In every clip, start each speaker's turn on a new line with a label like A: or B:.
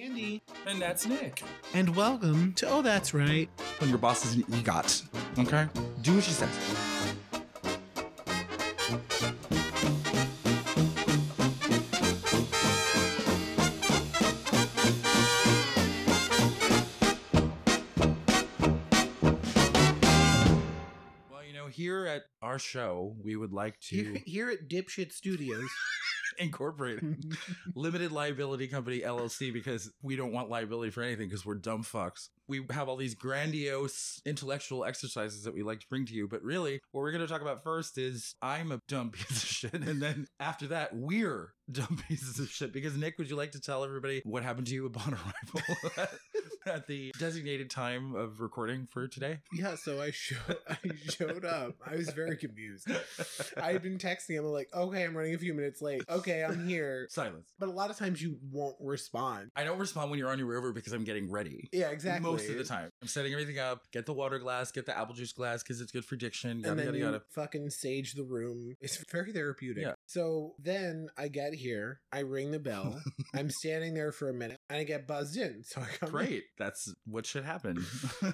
A: Andy. And that's Nick.
B: And welcome to Oh That's Right.
C: When your boss is an EGOT.
A: Okay.
C: Do what she says.
A: Well, you know, here at our show, we would like
B: Here,
A: to
B: here at Dipshit Studios.
A: incorporate limited liability company LLC because we don't want liability for anything because we're dumb fucks. We have all these grandiose intellectual exercises that we like to bring to you, but really, what we're going to talk about first is I'm a dumb piece of shit, and then after that, we're dumb pieces of shit. Because Nick, would you like to tell everybody what happened to you upon arrival at, at the designated time of recording for today?
D: Yeah, so I showed I showed up. I was very confused. I had been texting him like, okay, I'm running a few minutes late. Okay, I'm here.
A: Silence.
D: But a lot of times you won't respond.
A: I don't respond when you're on your river because I'm getting ready.
D: Yeah, exactly.
A: Most of the time. I'm setting everything up. Get the water glass, get the apple juice glass because it's good for diction. Yada,
D: and then
A: yada,
D: you
A: yada.
D: fucking sage the room. It's very therapeutic.
A: Yeah.
D: So then I get here, I ring the bell, I'm standing there for a minute, and I get buzzed in. So I come in.
A: Great. That's what should happen.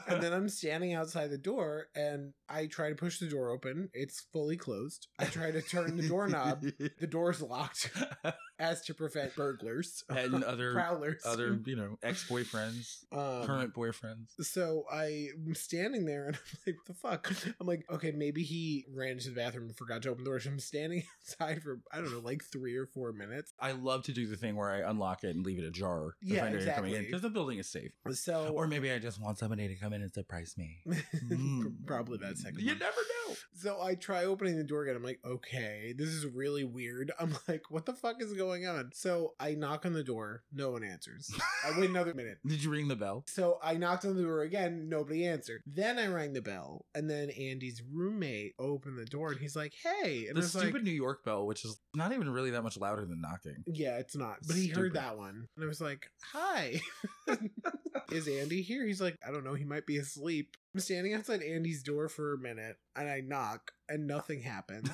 D: And then I'm standing outside the door and I try to push the door open. It's fully closed. I try to turn the doorknob. The door's locked as to prevent burglars.
A: and other,
D: prowlers.
A: other, you know, ex boyfriends,
D: Um,
A: current boyfriends.
D: So I'm standing there and I'm like, what the fuck? I'm like, okay, maybe he ran into the bathroom and forgot to open the door. So I'm standing outside for, I don't know, like three or four minutes.
A: I love to do the thing where I unlock it and leave it ajar. if
D: Yeah,
A: I know you're coming in
D: exactly.
A: Because the building is safe.
D: So,
A: Or maybe I just want somebody to come in and surprise me. Mm.
D: probably that second
A: You
D: one.
A: never know.
D: So I try opening the door again. I'm like, okay, this is really weird. I'm like, what the fuck is going on? So I knock on the door. No one answers. I wait another minute.
A: Did you ring the bell?
D: So I knocked on the door again, nobody answered. Then I rang the bell, and then Andy's roommate opened the door and he's like, Hey, and I
A: the
D: was
A: stupid
D: like,
A: New York bell, which is not even really that much louder than knocking.
D: Yeah, it's not. But he
A: Stupid.
D: heard that one. And I was like, Hi. Is Andy here? He's like, I don't know, he might be asleep. I'm standing outside Andy's door for a minute and I knock and nothing happens.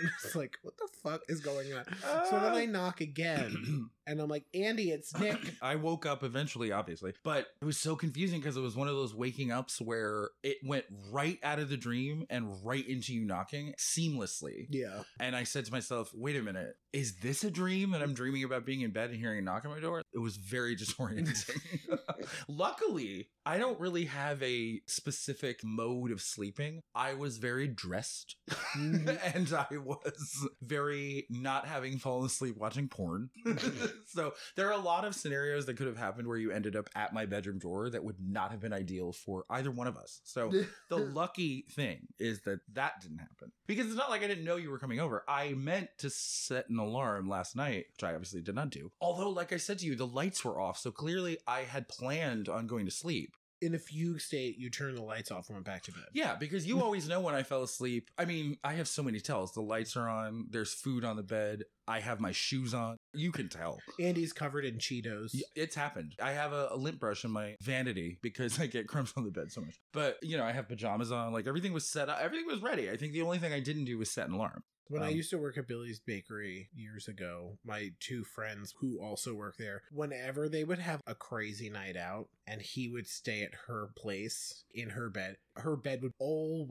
D: And I was like, what the fuck is going on? So then I knock
A: Ah.
D: again and I'm like, Andy, it's Nick.
A: I woke up eventually, obviously, but it was so confusing because it was one of those waking ups where it went right out of the dream and right into you knocking seamlessly.
D: Yeah.
A: And I said to myself, wait a minute, is this a dream that I'm dreaming about being in bed and hearing a knock on my door? It was very disorienting. Luckily, I don't really have a specific mode of sleeping. I was very dressed
D: Mm-hmm.
A: and I was very not having fallen asleep watching porn. so there are a lot of scenarios that could have happened where you ended up at my bedroom door that would not have been ideal for either one of us. So the lucky thing is that that didn't happen because it's not like I didn't know you were coming over. I meant to set an alarm last night, which I obviously did not do. Although, like I said to you, the lights were off. So clearly I had planned on going to sleep.
D: In a fugue state, you turn the lights off and went back to bed.
A: Yeah, because you always know when I fell asleep. I mean, I have so many tells. The lights are on, there's food on the bed, I have my shoes on. You can tell.
D: Andy's covered in Cheetos.
A: Y- It's happened. I have a, a lint brush in my vanity because I get crumbs on the bed so much. But, you know, I have pajamas on. Like everything was set up, everything was ready. I think the only thing I didn't do was set an alarm.
D: When I
A: Um,
D: used to work at Billy's Bakery years ago, my two friends who also work there, whenever they would have a crazy night out and he would stay at her place in her bed, her bed would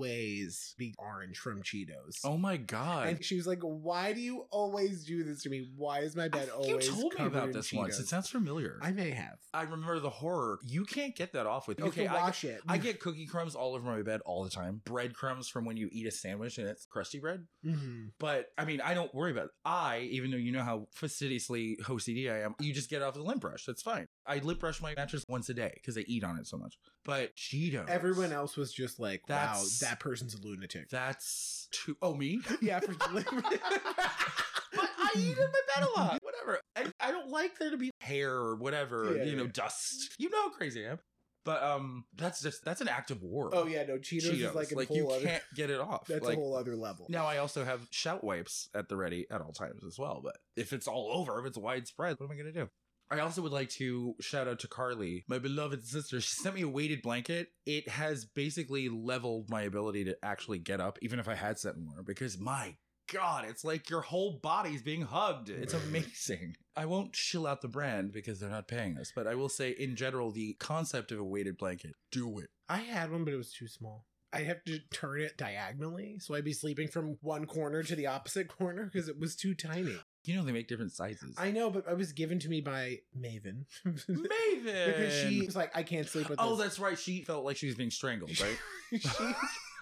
D: always be orange from Cheetos.
A: Oh my God.
D: and she was like, "Why do you always do this to me? Why is my
A: I
D: bed
A: think you
D: always?"
A: told me
D: covered
A: about
D: in
A: this once.
D: Cheetos?"
A: It sounds familiar.
D: I may have.
A: I remember the horror. You can't get that off with.
D: You okay,
A: Okay,
D: have
A: I-
D: to wash it.
A: I get cookie crumbs all over my bed all the time. Breadcrumbs from when you eat a sandwich and it's crusty bread.
D: Mhm.
A: But I mean, I don't worry about it. I, even though you know how fastidiously OCD I am, you just get off the lint brush. That's fine. I lint brush my mattress once a day because I eat on it so much. But Cheetos.
D: Everyone else was just like,
A: That's-
D: "Wow, that person's a lunatic."
A: That's too. Oh, me?
D: yeah, for
A: but I eat in my bed a lot. Whatever. I, I don't like there to be hair or whatever,
D: Yeah,
A: you know,
D: yeah.
A: dust. You know how crazy I am. But um, that's just that's an act of war.
D: oh yeah, no, Cheetos, is like a
A: you
D: whole other.
A: can't get it off.
D: That's
A: Like,
D: a whole other level.
A: Now I also have shout wipes at the ready at all times as well. But if it's all over, if it's widespread, what am I going to do? I also would like to shout out to Carly, my beloved sister. She sent me a weighted blanket. It has basically leveled my ability to actually get up, even if I had set an alarm, because my God, it's like your whole body's being hugged. It's amazing. I won't shill out the brand because they're not paying us, but I will say in general, the concept of a weighted blanket, do it.
D: I had one, but it was too small. I'd have to turn it diagonally, so I'd be sleeping from one corner to the opposite corner because it was too tiny.
A: You know, they make different sizes.
D: I know, but it was given to me by Maven
A: Maven!
D: because she was like, "I can't sleep with
A: Oh,
D: this."
A: that's right. She felt like she was being strangled, right?
D: she,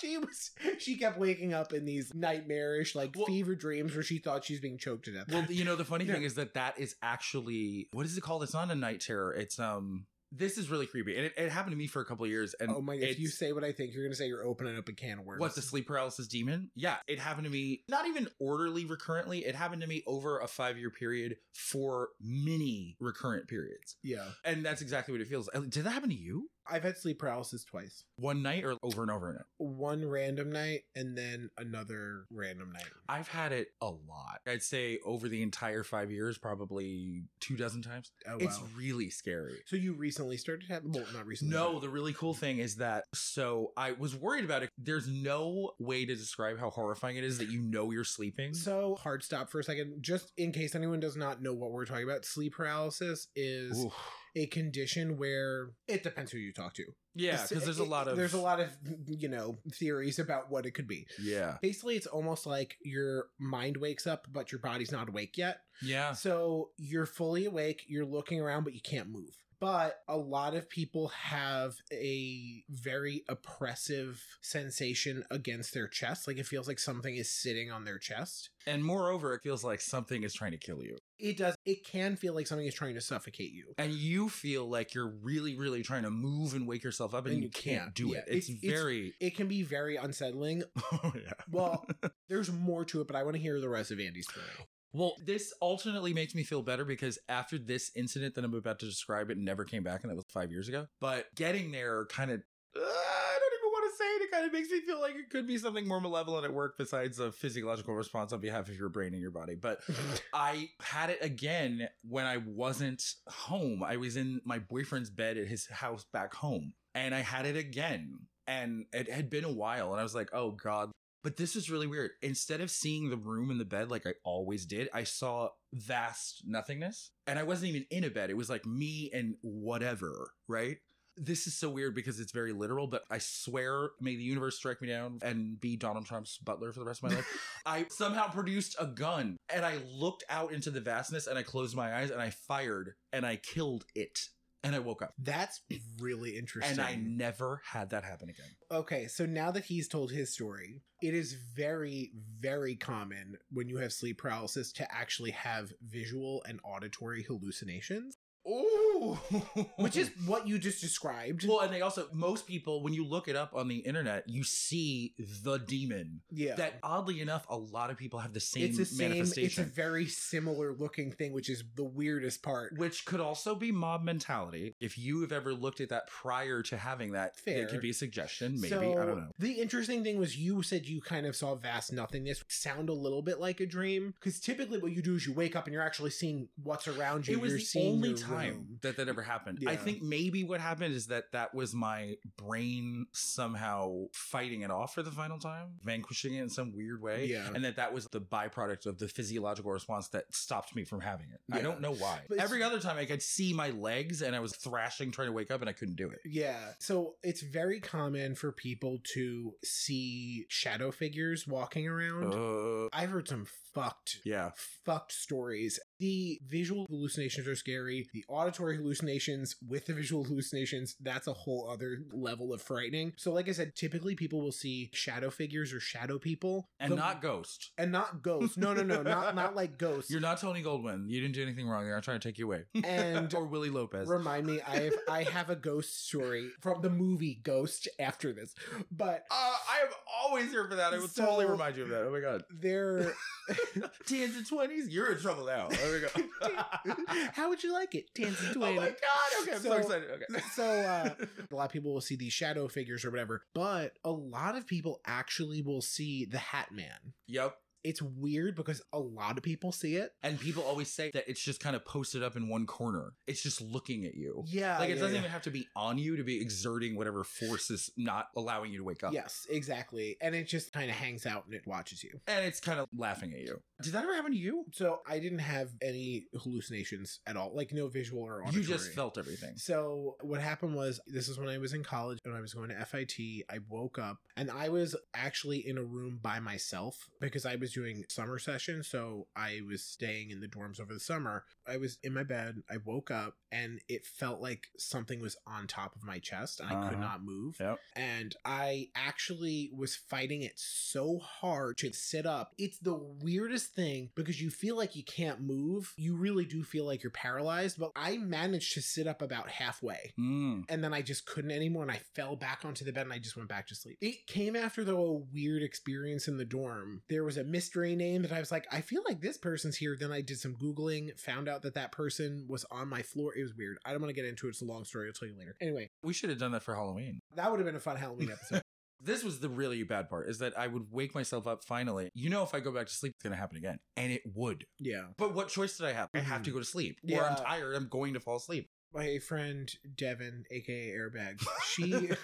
D: she was she kept waking up in these nightmarish like
A: Well-
D: fever dreams where she thought she's being choked to death.
A: well, you know, the funny
D: Yeah.
A: thing is that that is actually what is it called? It's not a night terror. It's um. This is really creepy, and it, it happened to me for a couple of years. And
D: oh my! If you
A: it's-
D: say what I think, you're gonna say you're opening up a can of worms.
A: What the sleep paralysis demon? Yeah, it happened to me. Not even orderly recurrently. It happened to me over a five year period for many recurrent periods,
D: Yeah,
A: and that's exactly what it feels. like. Did that happen to you?
D: I've had sleep paralysis twice.
A: One night or over and over and over.
D: One random night and then another random night.
A: I've had it a lot. I'd say over the entire five years, probably two dozen times.
D: Oh,
A: It's
D: wow.
A: really scary.
D: So you recently started having? Well, not recently.
A: No,
D: but-
A: the really cool thing is that so I was worried about it. There's no way to describe how horrifying it is that you know you're sleeping.
D: So hard stop for a second, just in case anyone does not know what we're talking about. Sleep paralysis is
A: Oof.
D: a condition where it depends who you talk to.
A: yeah, because there's a lot of
D: there's a lot of you know theories about what it could be.
A: Yeah,
D: Basically, it's almost like your mind wakes up, but your body's not awake yet.
A: yeah.
D: So you're fully awake, you're looking around, but you can't move. But a lot of people have a very oppressive sensation against their chest. Like it feels like something is sitting on their chest.
A: And moreover, it feels like something is trying to kill you,
D: It does, it can feel like something is trying to suffocate you.
A: and you feel like you're really, really trying to move and wake yourself up, and, you, can't, do
D: Yeah,
A: it. It's,
D: it's- it's-
A: very.
D: It can be very unsettling.
A: oh yeah.
D: Well, there's more to it, but I want to hear the rest of Andy's story.
A: Well, this alternately makes me feel better because after this incident that I'm about to describe, it never came back, and that was five years ago. But getting there kind of. I don't even want to say it. It kind of makes me feel like it could be something more malevolent at work besides a physiological response on behalf of your brain and your body. But I had it again when I wasn't home. I was in my boyfriend's bed at his house back home, and I had it again. And it had been a while, and I was like, oh God. But this is really weird. Instead of seeing the room and the bed like I always did, I saw vast nothingness. And I wasn't even in a bed. It was like me and whatever, right? This is so weird because it's very literal, but I swear, may the universe strike me down and be Donald Trump's butler for the rest of my life. I somehow produced a gun and I looked out into the vastness and I closed my eyes and I fired and I killed it and I woke up.
D: That's really interesting.
A: And I never had that happen again.
D: Okay, so now that he's told his story, it is very, very common when you have sleep paralysis to actually have visual and auditory hallucinations,
A: Ooh.
D: which is what you just described.
A: Well, and they also most people when you look it up on the internet, you see the demon.
D: yeah,
A: That oddly enough, a lot of people have the same
D: it's the same. It's a
A: manifestation,
D: very similar looking thing, which is the weirdest part.
A: which could also be mob mentality. If you have ever looked at that prior to having that,
D: Fair.
A: it could be a suggestion. Maybe
D: So,
A: I don't know.
D: The interesting thing was you said you kind of saw vast nothingness sound a little bit like a dream because typically what you do is you wake up and you're actually seeing what's around you.
A: It was
D: you're
A: the
D: seeing
A: only
D: your
A: time
D: room.
A: that that ever happened. I
D: Yeah.
A: think maybe what happened is that that was my brain somehow fighting it off for the final time, vanquishing it in some weird way,
D: Yeah.
A: and that that was the byproduct of the physiological response that stopped me from having it. I
D: Yeah.
A: don't know why.
D: But it's-
A: Every other time I could see my legs and I was thrashing trying to wake up and I couldn't do it.
D: Yeah. So it's very common for people to see shadow figures walking around.
A: Uh,
D: I've heard some fucked
A: yeah.
D: fucked stories. The visual hallucinations are scary. The auditory hallucinations with the visual hallucinations, that's a whole other level of frightening. So like I said, typically people will see shadow figures or shadow people
A: And
D: The-
A: not ghost.
D: and not ghosts. No, no, no, not not like ghosts.
A: You're not Tony Goldwyn. You didn't do anything wrong. They're not trying to take you away.
D: And-
A: or Willie Lopez.
D: Remind me, I have I have a ghost story from the movie Ghost after this. But
A: uh, I am always here for that. I will
D: So-
A: totally remind you of that. Oh my god.
D: there
A: Tens and twenties, you're in trouble now. There we go.
D: How would you like it? Dance
A: oh my god! Okay, I'm so,
D: So-
A: excited. Okay.
D: So uh, a lot of people will see these shadow figures or whatever, but a lot of people actually will see the Hat Man.
A: Yep.
D: It's weird because a lot of people see it.
A: And people always say that it's just kind of posted up in one corner. It's just looking at you.
D: Yeah.
A: Like it
D: yeah,
A: doesn't
D: yeah.
A: even have to be on you to be exerting whatever force is not allowing you to wake up.
D: Yes, exactly. And it just kind of hangs out and it watches you.
A: And it's kind of laughing at you. Did that ever happen to you?
D: So I didn't have any hallucinations at all, like no visual or auditory.
A: You just felt everything.
D: So what happened was this is when I was in college and I was going to FIT. I woke up and I was actually in a room by myself because I was doing summer session. So I was staying in the dorms over the summer. I was in my bed. I woke up and it felt like something was on top of my chest and I could
A: Uh-huh.
D: not move.
A: Yep.
D: And I actually was fighting it so hard to sit up. It's the weirdest thing because you feel like you can't move. You really do feel like you're paralyzed, but I managed to sit up about halfway.
A: Mm.
D: And then I just couldn't anymore, and I fell back onto the bed and I just went back to sleep. It came after, though, a weird experience in the dorm. There was a mystery name that I was like, I feel like this person's here. Then I did some Googling, found out that that person was on my floor. It was weird. I don't want to get into it. It's a long story. I'll tell you later. Anyway,
A: We should have done that for Halloween.
D: that would have been a fun Halloween episode.
A: This was the really bad part is that I would wake myself up finally. You know, if I go back to sleep, it's going to happen again. And it would.
D: yeah.
A: But what choice did I have? I have to go to sleep. Or
D: Mm-hmm. Yeah.
A: I'm tired. I'm going to fall asleep.
D: my friend Devin, aka Airbag, she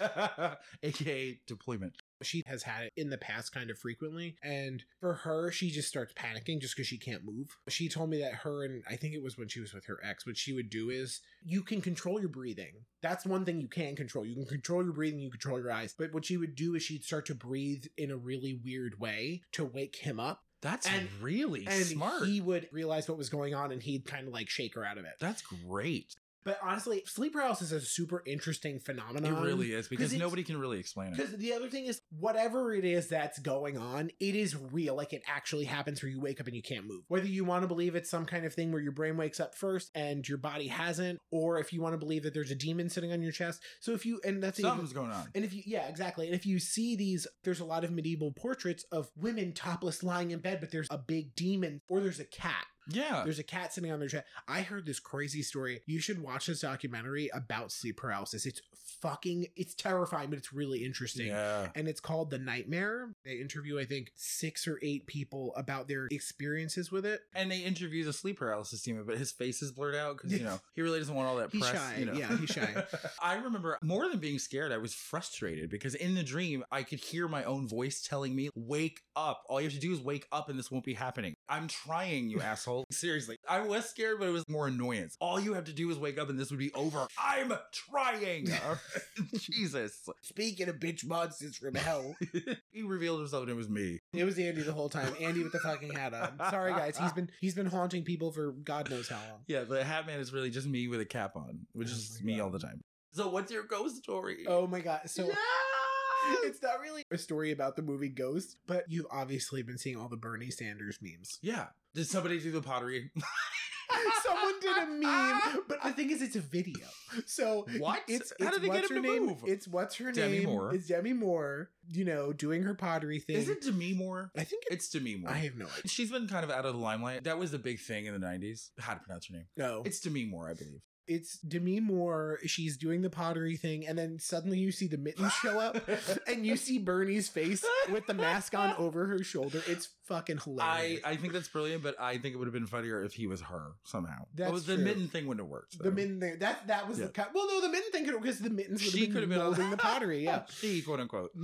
A: AKA deployment.
D: she has had it in the past kind of frequently, and for her, she just starts panicking just because she can't move. She told me that her and I think it was when she was with her ex, what she would do is you can control your breathing. That's one thing you can control. You can control your breathing, you control your eyes. But what she would do is she'd start to breathe in a really weird way to wake him up,
A: That's
D: And-
A: really
D: and
A: smart.
D: he would realize what was going on, and he'd kind of like shake her out of it.
A: That's great.
D: But honestly, sleep paralysis is a super interesting phenomenon.
A: it really is because
D: it's-
A: nobody can really explain it.
D: Because the other thing is, whatever it is that's going on, it is real. Like it actually happens where you wake up and you can't move. Whether you want to believe it's some kind of thing where your brain wakes up first and your body hasn't, or if you want to believe that there's a demon sitting on your chest. So if you, and that's even-
A: Something's going on.
D: and if you, yeah, exactly. And if you see these, there's a lot of medieval portraits of women topless lying in bed, but there's a big demon or there's a cat.
A: Yeah.
D: There's a cat sitting on their chest. I heard this crazy story. You should watch this documentary about sleep paralysis. It's fucking, it's terrifying, but it's really interesting.
A: Yeah.
D: And it's called The Nightmare. They interview, I think, six or eight people about their experiences with it.
A: And they interview the sleep paralysis demon, but his face is blurred out because, you know, he really doesn't want all that
D: He's
A: press.
D: shy.
A: you know.
D: Yeah, he's shy.
A: I remember more than being scared, I was frustrated because in the dream, I could hear my own voice telling me, Wake up. All you have to do is wake up and this won't be happening. I'm trying, you asshole. Seriously. I was scared, but it was more annoyance. All you have to do is wake up and this would be over. I'm trying. Jesus.
D: Speaking of bitch monsters from hell,
A: he revealed himself and it was me.
D: it was Andy the whole time. Andy with the fucking hat on. Sorry guys, he's been he's been haunting people for God knows how long.
A: Yeah, the hat man is really just me with a cap on, which
D: Oh
A: is
D: my
A: me
D: God.
A: all the time. So what's your ghost story?
D: Oh my god. So
A: Yeah!
D: it's not really a story about the movie Ghost, but you've obviously been seeing all the Bernie Sanders memes.
A: yeah. Did somebody do the pottery?
D: Someone did a meme, but the thing is, it's a video. So
A: What?
D: It's,
A: How
D: it's
A: did they
D: what's
A: get him
D: her
A: to
D: name?
A: move?
D: It's what's her
A: Demi
D: name?
A: Moore.
D: It's Demi Moore. You know, doing her pottery thing.
A: Is it Demi Moore?
D: I think it,
A: It's Demi Moore.
D: I have no idea.
A: She's been kind of out of the limelight. That was the big thing in the 90s. How to pronounce her name.
D: No, it's,
A: It's Demi Moore, I believe.
D: it's Demi Moore. She's doing the pottery thing, and then suddenly you see the mittens show up, and you see Bernie's face with the mask on over her shoulder. It's fucking
A: I,
D: hilarious.
A: I think that's brilliant, but I think it would have been funnier if he was her somehow.
D: That's
A: oh, the
D: true.
A: mitten thing wouldn't have worked.
D: the
A: though.
D: mitten there. That that was
A: Yeah.
D: the cut. Well, no, the mitten thing could because the mittens would
A: She
D: have
A: could
D: been
A: have been Oh, on-
D: molding the pottery. Yeah.
A: She, Oh, quote unquote.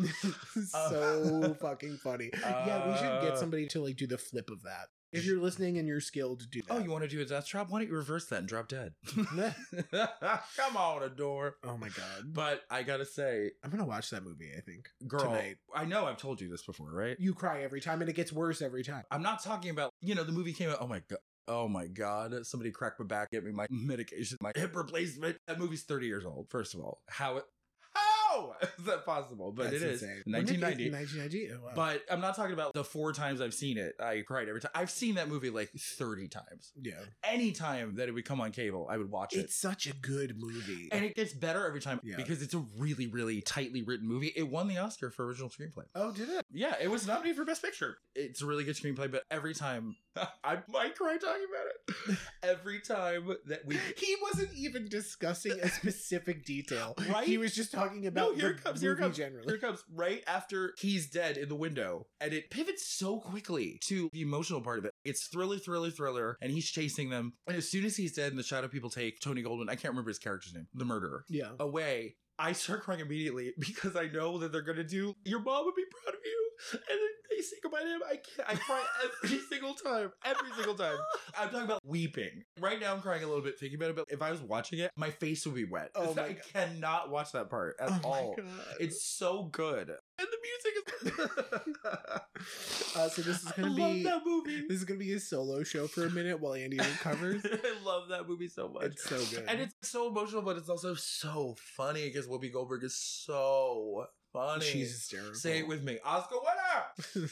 A: Uh,
D: so fucking funny. yeah, we should get somebody to like do the flip of that. If you're listening and you're skilled, do that.
A: Oh, you want to do a death drop? Why don't you reverse that and drop dead? Come on, Adore.
D: Oh my god.
A: But I gotta say,
D: I'm gonna watch that movie, I think.
A: girl,
D: Tonight.
A: I know I've told you this before, right?
D: You cry every time and it gets worse every time.
A: I'm not talking about, you know, the movie came out. Oh my God. Oh my God. Somebody cracked my back, get me my medication, my hip replacement. That movie's 30 years old, first of all. How it, how is that possible? But
D: That's
A: it is
D: insane. When did it-
A: 1990.
D: 1990. Oh, wow.
A: But I'm not talking about the four times I've seen it. I cried every time. I've seen that movie like 30 times.
D: yeah.
A: Any time that it would come on cable, I would watch it.
D: It's such a good movie.
A: and it gets better every time
D: Yeah.
A: because it's a really, really tightly written movie. It won the Oscar for original screenplay.
D: oh, did it?
A: Yeah, it was nominated for Best Picture. It's a really good screenplay, but every time I might cry talking about it. Every time that we
D: He wasn't even discussing a specific detail.
A: Right?
D: He was just talking about
A: no,
D: the
A: here it comes, here it
D: movie
A: comes. Here
D: Generally,
A: it comes right after he's dead in the window, and it pivots so quickly to the emotional part of it. It's thriller, thriller, thriller, and he's chasing them. And as soon as he's dead, and the shadow people take Tony Goldwyn, I can't remember his character's name, the murderer,
D: yeah.
A: away. I start crying immediately because I know that they're gonna do. Your mom would be proud of you, and then they say goodbye to him. I can't. I cry every single time. Every single time. I'm talking about weeping. Right now, I'm crying a little bit thinking about it. But if I was watching it, my face would be wet.
D: Oh my
A: I
D: God.
A: cannot watch that part at
D: my
A: all.
D: God.
A: It's so good. Oh And the music is.
D: Uh, so this is gonna
A: I love
D: be-
A: that movie.
D: this is gonna be his solo show for a minute while Andy recovers.
A: I love that movie so much.
D: it's so good,
A: and it's so emotional, but it's also so funny because Whoopi Goldberg is so funny.
D: she's hysterical.
A: Say it with me, Oscar winner.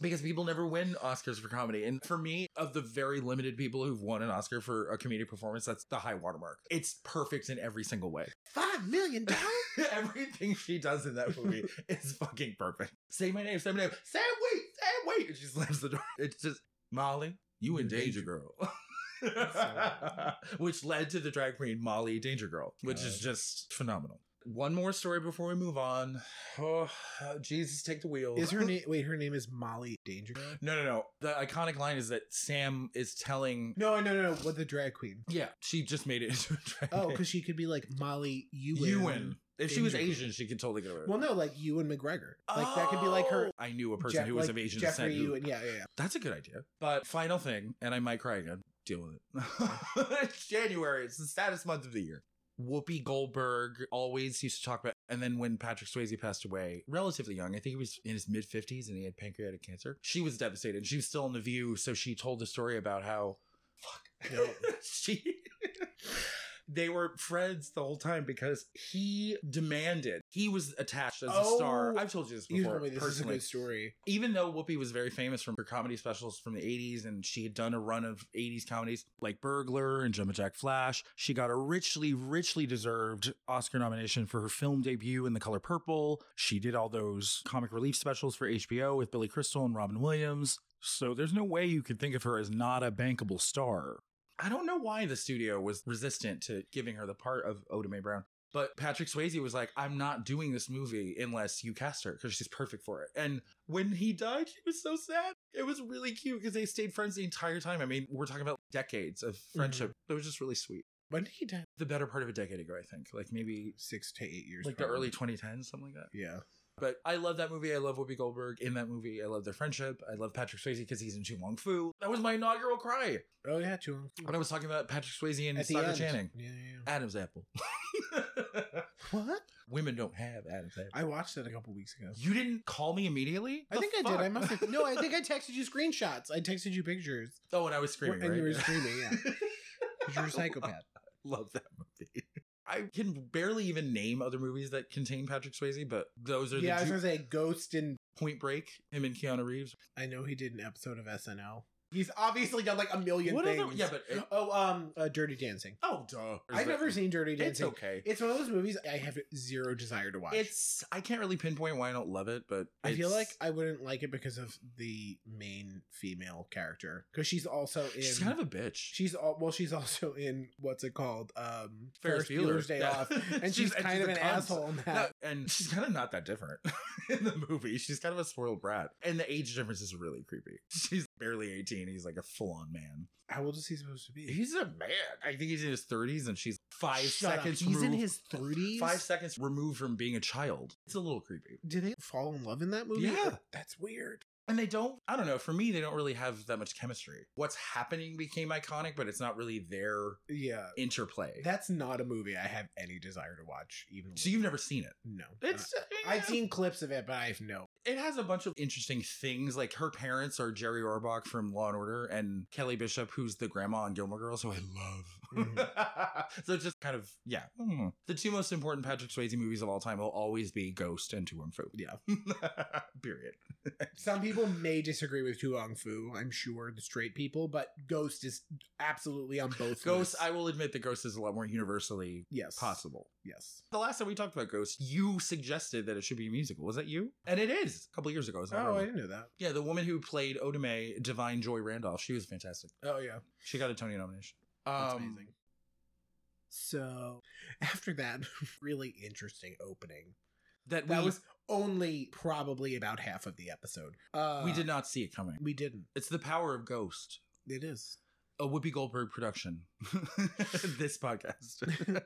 A: Because people never win Oscars for comedy, and for me, of the very limited people who've won an Oscar for a comedic performance, that's the high watermark. It's perfect in every single way.
D: five million dollars.
A: Everything she does in that movie is fucking perfect. Say my name, say my name, say wait, say wait. And she slams the door. It's just, Molly, you in danger, girl. which led to the drag queen Molly Danger Girl, which is just phenomenal. One more story before we move on. Oh, Jesus, take the wheel.
D: Is her name? Wait, her name is Molly Danger.
A: no, no, no. The iconic line is that Sam is telling.
D: No, no, no, no. What the drag queen?
A: Yeah, she just made it into a drag
D: Oh,
A: name.
D: because she could be like Molly Ewan.
A: you win. If she was
D: Danger Girl.
A: Asian, she could totally get away with it.
D: Well, no, like Ewan McGregor. Like that could be like her.
A: I knew a Oh! person
D: Jeff-
A: who was
D: like
A: of Asian
D: Jeffrey
A: descent. who-
D: Ewan. Yeah, yeah, yeah.
A: That's a good idea. But final thing, and I might cry again. Deal with it. it's January. It's the saddest month of the year. Whoopi Goldberg always used to talk about, and then when Patrick Swayze passed away, relatively young, I think he was in his mid 50s and he had pancreatic cancer, she was devastated. She was still in the view, so she told the story about how
D: No.
A: she they were friends the whole time because he demanded he was attached as a star
D: Oh,
A: i've told you this
D: You
A: before
D: told me this is a
A: personally
D: good story.
A: even though whoopi was very famous from her comedy specials from the 80s and she had done a run of 80s comedies like burglar and Gemma jack flash she got a richly richly deserved oscar nomination for her film debut in the color purple she did all those comic relief specials for hbo with billy crystal and robin williams so there's no way you could think of her as not a bankable star I don't know why the studio was resistant to giving her the part of Oda Mae Brown. But Patrick Swayze was like, I'm not doing this movie unless you cast her because she's perfect for it. And when he died, she was so sad. It was really cute because they stayed friends the entire time. I mean, we're talking about decades of friendship. It was just really sweet.
D: When did he die?
A: The better part of a decade ago, I think. Like maybe
D: Six to eight years.
A: like the
D: probably.
A: early 2010s, something like that.
D: Yeah.
A: But I love that movie. I love Whoopi Goldberg in that movie. I love their friendship. I love Patrick Swayze because he's in Chu Wong Fu. That was my inaugural cry
D: Oh yeah, Chuang.
A: when I was talking about Patrick Swayze and
D: At the
A: Sasha
D: end.
A: Channing.
D: Yeah, yeah. yeah.
A: Adam's apple.
D: What?
A: Women don't have Adam's apple.
D: I watched that a couple weeks ago.
A: you didn't call me immediately?
D: I
A: The
D: think I
A: fuck?
D: did. I must have. No, I think I texted you screenshots. I texted you pictures.
A: Oh, and I was screaming.
D: and
A: right?
D: you were screaming, yeah. 'Cause You're a psychopath.
A: Love that movie. I can barely even name other movies that contain Patrick Swayze, but those are
D: yeah, I
A: the
D: was
A: ju-
D: gonna say Ghost and
A: Point Break, him and Keanu Reeves.
D: I know he did an episode of SNL. He's obviously done like a million
A: What
D: things.
A: other? Yeah, but it-
D: oh, um, uh, Dirty Dancing.
A: oh, duh. Or is
D: I've
A: that-
D: never seen Dirty
A: It's
D: Dancing.
A: okay.
D: It's one of those movies I have zero desire to watch.
A: It's I can't really pinpoint why I don't love it, but
D: I feel
A: it's-
D: like I wouldn't like it because of the main female character because she's also in.
A: she's kind of a bitch.
D: She's all well. She's also in what's it called? Um,
A: Ferris Bueller's
D: Day
A: yeah.
D: Off, and she's, kind of
A: a
D: an
A: cunt.
D: asshole in
A: No,
D: that.
A: and she's kind of not that different in the movie. She's kind of a spoiled brat. And the age difference is really creepy. She's barely 18. He's like a full on man.
D: How old is he supposed to be?
A: He's a man. I think he's in his 30s and she's five
D: Shut up.
A: seconds
D: He's in
A: removed-
D: his thirties.
A: Five seconds removed from being a child. It's a little creepy.
D: Do they fall in love in that movie?
A: Yeah.
D: that's weird.
A: And they don't, I don't know, for me, they don't really have that much chemistry. What's happening became iconic, but it's not really their
D: Yeah,
A: interplay.
D: that's not a movie I have any desire to watch. Even
A: so you've never seen it.
D: no, Uh,
A: It's, uh,
D: I've seen clips of it, but I have no.
A: it has a bunch of interesting things. Like her parents are Jerry Orbach from Law and Order and Kelly Bishop, who's the grandma on Gilmore Girls, who I love.
D: Mm-hmm.
A: so it's just kind of yeah. Mm. The two most important Patrick Swayze movies of all time will always be Ghost and Tu Wong Fu.
D: Yeah.
A: Period.
D: Some people may disagree with Tuong Fu. I'm sure the straight people, but Ghost is absolutely on both.
A: Ghost.
D: lists.
A: I will admit that Ghost is a lot more universally
D: yes,
A: possible.
D: Yes.
A: The last time we talked about Ghost, you suggested that it should be a musical. Was that you? And it is. A couple years ago. It's not
D: Oh, I
A: really-
D: didn't know that.
A: yeah. The woman who played Oda Mae, Divine Joy Randolph, she was fantastic.
D: Oh yeah,
A: She got a Tony nomination.
D: that's
A: Um,
D: amazing. So after that, really interesting opening.
A: that,
D: That
A: we,
D: was only probably about half of the episode. Uh,
A: we did not see it coming.
D: We didn't.
A: It's the power of Ghost,
D: It is.
A: a Whoopi Goldberg production. this podcast.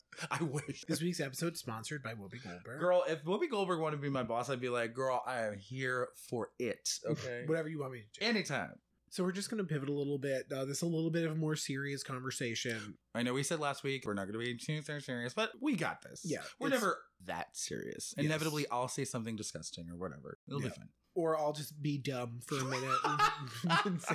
A: I wish.
D: This week's episode is sponsored by Whoopi Goldberg.
A: Girl, if Whoopi Goldberg wanted to be my boss, I'd be like, girl, I am here for it. Okay.
D: Whatever you want me to do.
A: Anytime.
D: so we're just going to pivot a little bit. Uh, this is a little bit of a more serious conversation.
A: I know we said last week we're not going to be too serious, but we got this.
D: Yeah,
A: We're
D: it's-
A: never that serious.
D: Yes.
A: Inevitably, I'll say something disgusting or whatever. It'll
D: Yeah.
A: be fine.
D: Or I'll just be dumb for a minute. and say-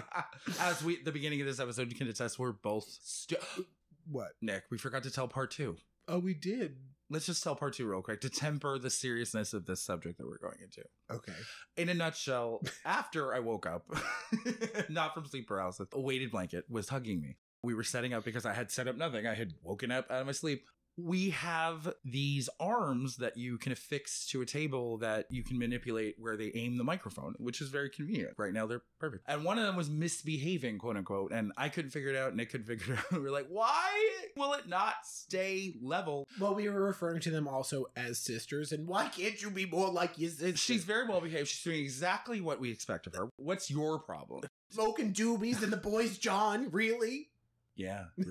A: As we, the beginning of this episode, you can attest, we're both. Stu-
D: what?
A: Nick, we forgot to tell part two.
D: Oh, we did.
A: Let's just tell part two real quick to temper the seriousness of this subject that we're going into.
D: Okay.
A: in a nutshell, after I woke up, not from sleep paralysis, a weighted blanket was hugging me. We were setting up because I had set up nothing. I had woken up out of my sleep. We have these arms that you can affix to a table that you can manipulate where they aim the microphone, which is very convenient. Right now, they're perfect. And one of them was misbehaving, quote unquote. And I couldn't figure it out. Nick couldn't figure it out. We were like, why will it not stay level?
D: Well, we were referring to them also as sisters, and why can't you be more like your sister?
A: She's very well behaved. She's doing exactly what we expect of her. What's your problem?
D: smoking doobies, and the boy's John. Really?
A: Yeah, really.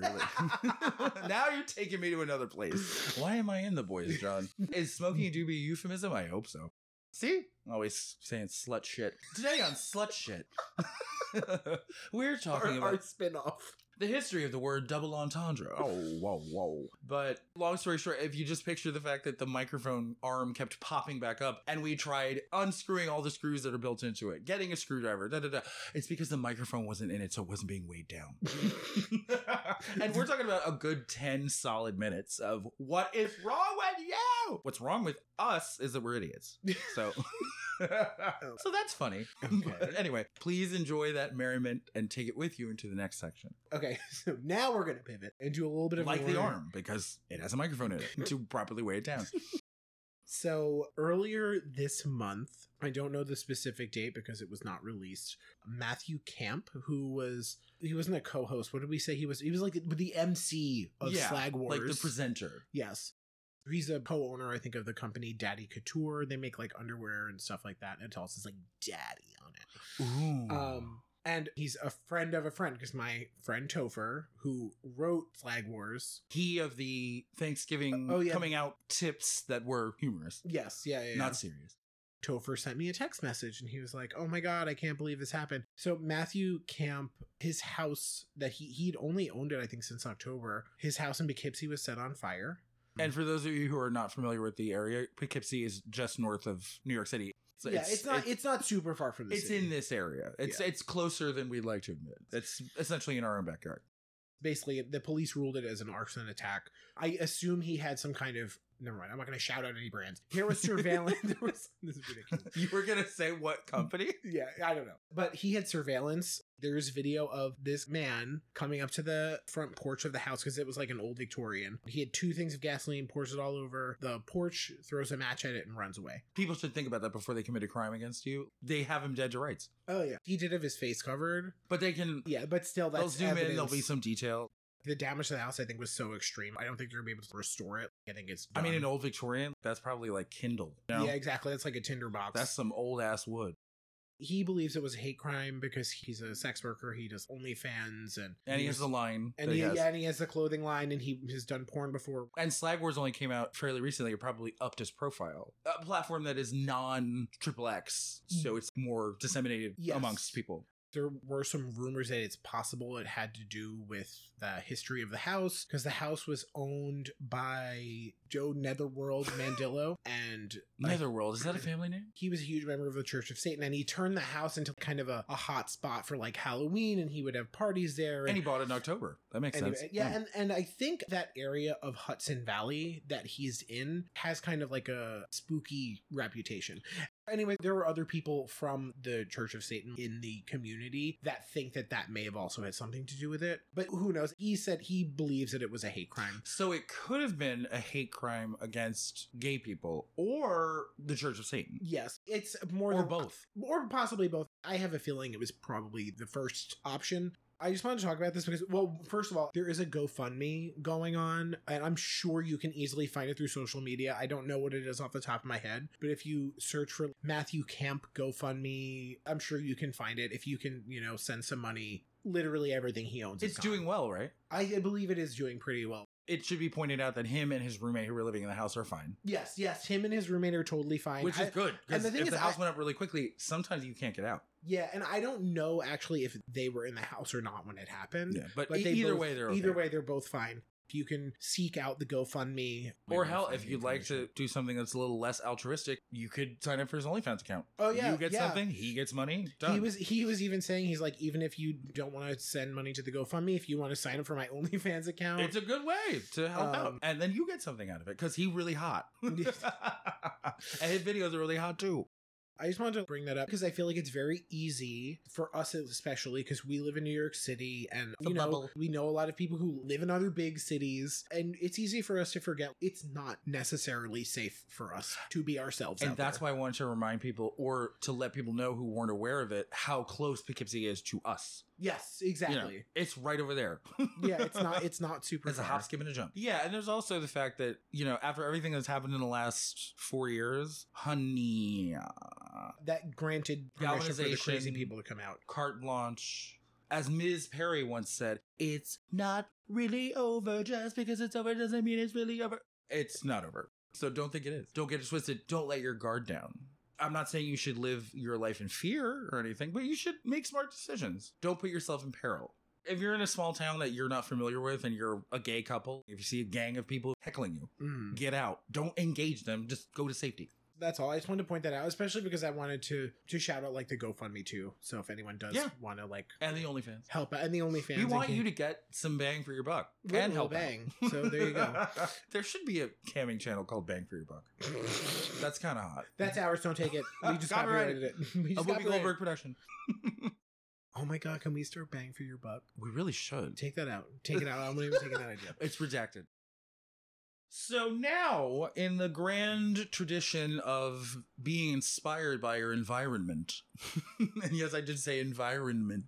A: now you're taking me to another place. Why am I in the boys, John? Is smoking a doobie a euphemism? I hope so. See? Always saying slut shit. Today on slut shit, we're
D: Our,
A: talking
D: our
A: about
D: spinoff.
A: the history of the word double entendre. Oh, whoa, whoa. But long story short, if you just picture the fact that the microphone arm kept popping back up and we tried unscrewing all the screws that are built into it, getting a screwdriver, da da da, it's because the microphone wasn't in it, so it wasn't being weighed down. and we're talking about a good 10 solid minutes of what is wrong with you? What's wrong with us is that we're idiots. So. so that's funny.
D: Okay.
A: But anyway, please enjoy that merriment and take it with you into the next section
D: Okay, so now we're gonna pivot and do a little bit of
A: like
D: more-
A: the arm because it has a microphone in it to properly weigh it down.
D: So earlier this month, I don't know the specific date because it was not released. Matthew Camp, who was he wasn't a co-host. What did we say he was? He was like the MC of
A: Yeah,
D: Slag Wars,
A: like the presenter.
D: Yes. He's a co-owner, I think, of the company Daddy Couture. They make like underwear and stuff like that. And it also says like Daddy on it.
A: Ooh.
D: Um, and he's a friend of a friend because my friend Topher, who wrote Flag Wars.
A: he of the Thanksgiving
D: Oh, yeah.
A: coming out tips that were humorous,
D: Yes, yeah, yeah. yeah.
A: not serious.
D: Topher sent me a text message and he was like, "Oh my god, I can't believe this happened." So Matthew Camp, his house that he he'd only owned it I think since October. His house in Poughkeepsie was set on fire.
A: And for those of you who are not familiar with the area, Poughkeepsie is just north of New York City. So
D: yeah, it's, not it's, not super far from the
A: it's
D: city.
A: in this area. It's it's closer than we'd like to admit. It's essentially in our own backyard.
D: basically the police ruled it as an arson attack. I assume he had some kind of never mind. I'm not going to shout out any brands. Here was surveillance. there was this is ridiculous.
A: You were gonna say
D: Mm.
A: what company?
D: Yeah, I don't know. But he had surveillance. There's video of this man coming up to the front porch of the house because it was like an old Victorian. He had two things of gasoline, pours it all over the porch, throws a match at it, and runs away.
A: People should think about that before they commit a crime against you. They have him dead to rights,
D: Oh yeah, he did have his face covered.
A: but they can.
D: Yeah, but still, that's
A: they'll zoom in. There'll be
D: evidence.
A: some detail.
D: The damage to the house, I think, was so extreme. I don't think they're gonna be able to restore it. I think it's.
A: I mean,
D: done.
A: an old Victorian, that's probably like Kindle. You know?
D: Yeah, exactly. That's like a tinder box.
A: That's some old ass wood.
D: he believes it was a hate crime because he's a sex worker. He does OnlyFans and
A: And he has
D: was-
A: the line.
D: and
A: that
D: he,
A: he has.
D: yeah, and he has the clothing line, and he has done porn before.
A: And Slag Wars only came out fairly recently. It probably upped his profile. A platform that is non triple X, so it's more disseminated
D: Mm. Yes.
A: amongst people.
D: There were some rumors that it's possible it had to do with the history of the house because the house was owned by Joe Netherworld Mandillo, and like,
A: Netherworld, is that a family name?
D: he was a huge member of the Church of Satan, and he turned the house into kind of a, a hot spot for like Halloween, and he would have parties there.
A: And he bought it in October. That makes
D: Anyway,
A: sense.
D: yeah,
A: Mm.
D: and, and I think that area of Hudson Valley that he's in has kind of like a spooky reputation. Anyway, there were other people from the Church of Satan in the community that think that that may have also had something to do with it. But who knows? He said he believes that it was a hate crime.
A: So it could have been a hate crime against gay people or the Church of Satan
D: Yes, it's more
A: or
D: than-
A: both.
D: or possibly both. I have a feeling it was probably the first option. I just wanted to talk about this because, well, first of all, there is a GoFundMe going on, and I'm sure you can easily find it through social media. I don't know what it is off the top of my head, but if you search for Matthew Camp GoFundMe, I'm sure you can find it. If you can, you know, send some money, literally everything he owns. is
A: It's
D: gone.
A: doing well, right?
D: I, I believe it is doing pretty well.
A: It should be pointed out that him and his roommate who were living in the house are fine,
D: Yes, yes, him and his roommate are totally fine.
A: which
D: I-
A: is good.
D: and
A: Because
D: the
A: if
D: thing
A: the
D: is,
A: house
D: I-
A: went up really quickly, sometimes you can't get out.
D: yeah, and I don't know actually if they were in the house or not when it happened.
A: Yeah, but,
D: But
A: e-
D: they
A: either
D: both-
A: way, they're
D: either
A: okay.
D: way they're both fine. If you can seek out the GoFundMe,
A: Or
D: we
A: hell,
D: can
A: if
D: find
A: you'd like to
D: information.
A: do something that's a little less altruistic, you could sign up for his OnlyFans account.
D: Oh, yeah,
A: you get
D: yeah.
A: something, he gets money. Done.
D: He was he was even saying he's like even if you don't want to send money to the GoFundMe, if you want to sign up for my OnlyFans account,
A: It's a good way to help out,
D: Um,
A: and then you get something out of it because he really hot, and his videos are really hot too.
D: I just wanted to bring that up because I feel like it's very easy for us, especially because we live in New York City and
A: The
D: you know,
A: bubble.
D: we know a lot of people who live in other big cities, and it's easy for us to forget it's not necessarily safe for us to be ourselves.
A: And
D: out
A: that's
D: there.
A: why I wanted to remind people, or to let people know who weren't aware of it, how close Poughkeepsie is to us.
D: yes,
A: You know,
D: exactly.
A: it's right over there.
D: yeah, it's not it's not super.
A: It's a
D: far.
A: hop, skip, and a jump. Yeah, and there's also the fact that you know after everything that's happened in the last four years, honey, uh,
D: that granted permission for the crazy
A: Galvanization.
D: people to come out.
A: carte blanche. As Ms. Perry once said, it's not really over. Just because it's over doesn't mean it's really over. It's not over. So don't think it is. Don't get it twisted. Don't let your guard down. I'm not saying you should live your life in fear or anything, but you should make smart decisions. Don't put yourself in peril. If you're in a small town that you're not familiar with and you're a gay couple, if you see a gang of people heckling you,
D: Mm.
A: get out. Don't engage them. Just go to safety.
D: That's all. I just wanted to point that out, especially because I wanted to to shout out like the GoFundMe too. So if anyone does
A: Yeah.
D: want to like
A: And the OnlyFans.
D: help out, and the OnlyFans,
A: We
D: I
A: want
D: can-
A: you to get some bang for your buck
D: Little
A: and help out.
D: bang. So there you go.
A: there should be a camming channel called Bang for Your Buck. That's kind of hot. Uh,
D: That's ours. Don't take it. We just copyrighted,
A: Copyrighted.
D: it. We
A: a
D: just
A: Whoopi
D: copyrighted
A: Goldberg
D: it.
A: production.
D: Oh my god! Can we start bang for your buck?
A: We really should.
D: Take that out. Take it out. I'm not even taking that idea.
A: It's redacted. So now, in the grand tradition of being inspired by your environment, and yes, I did say environment,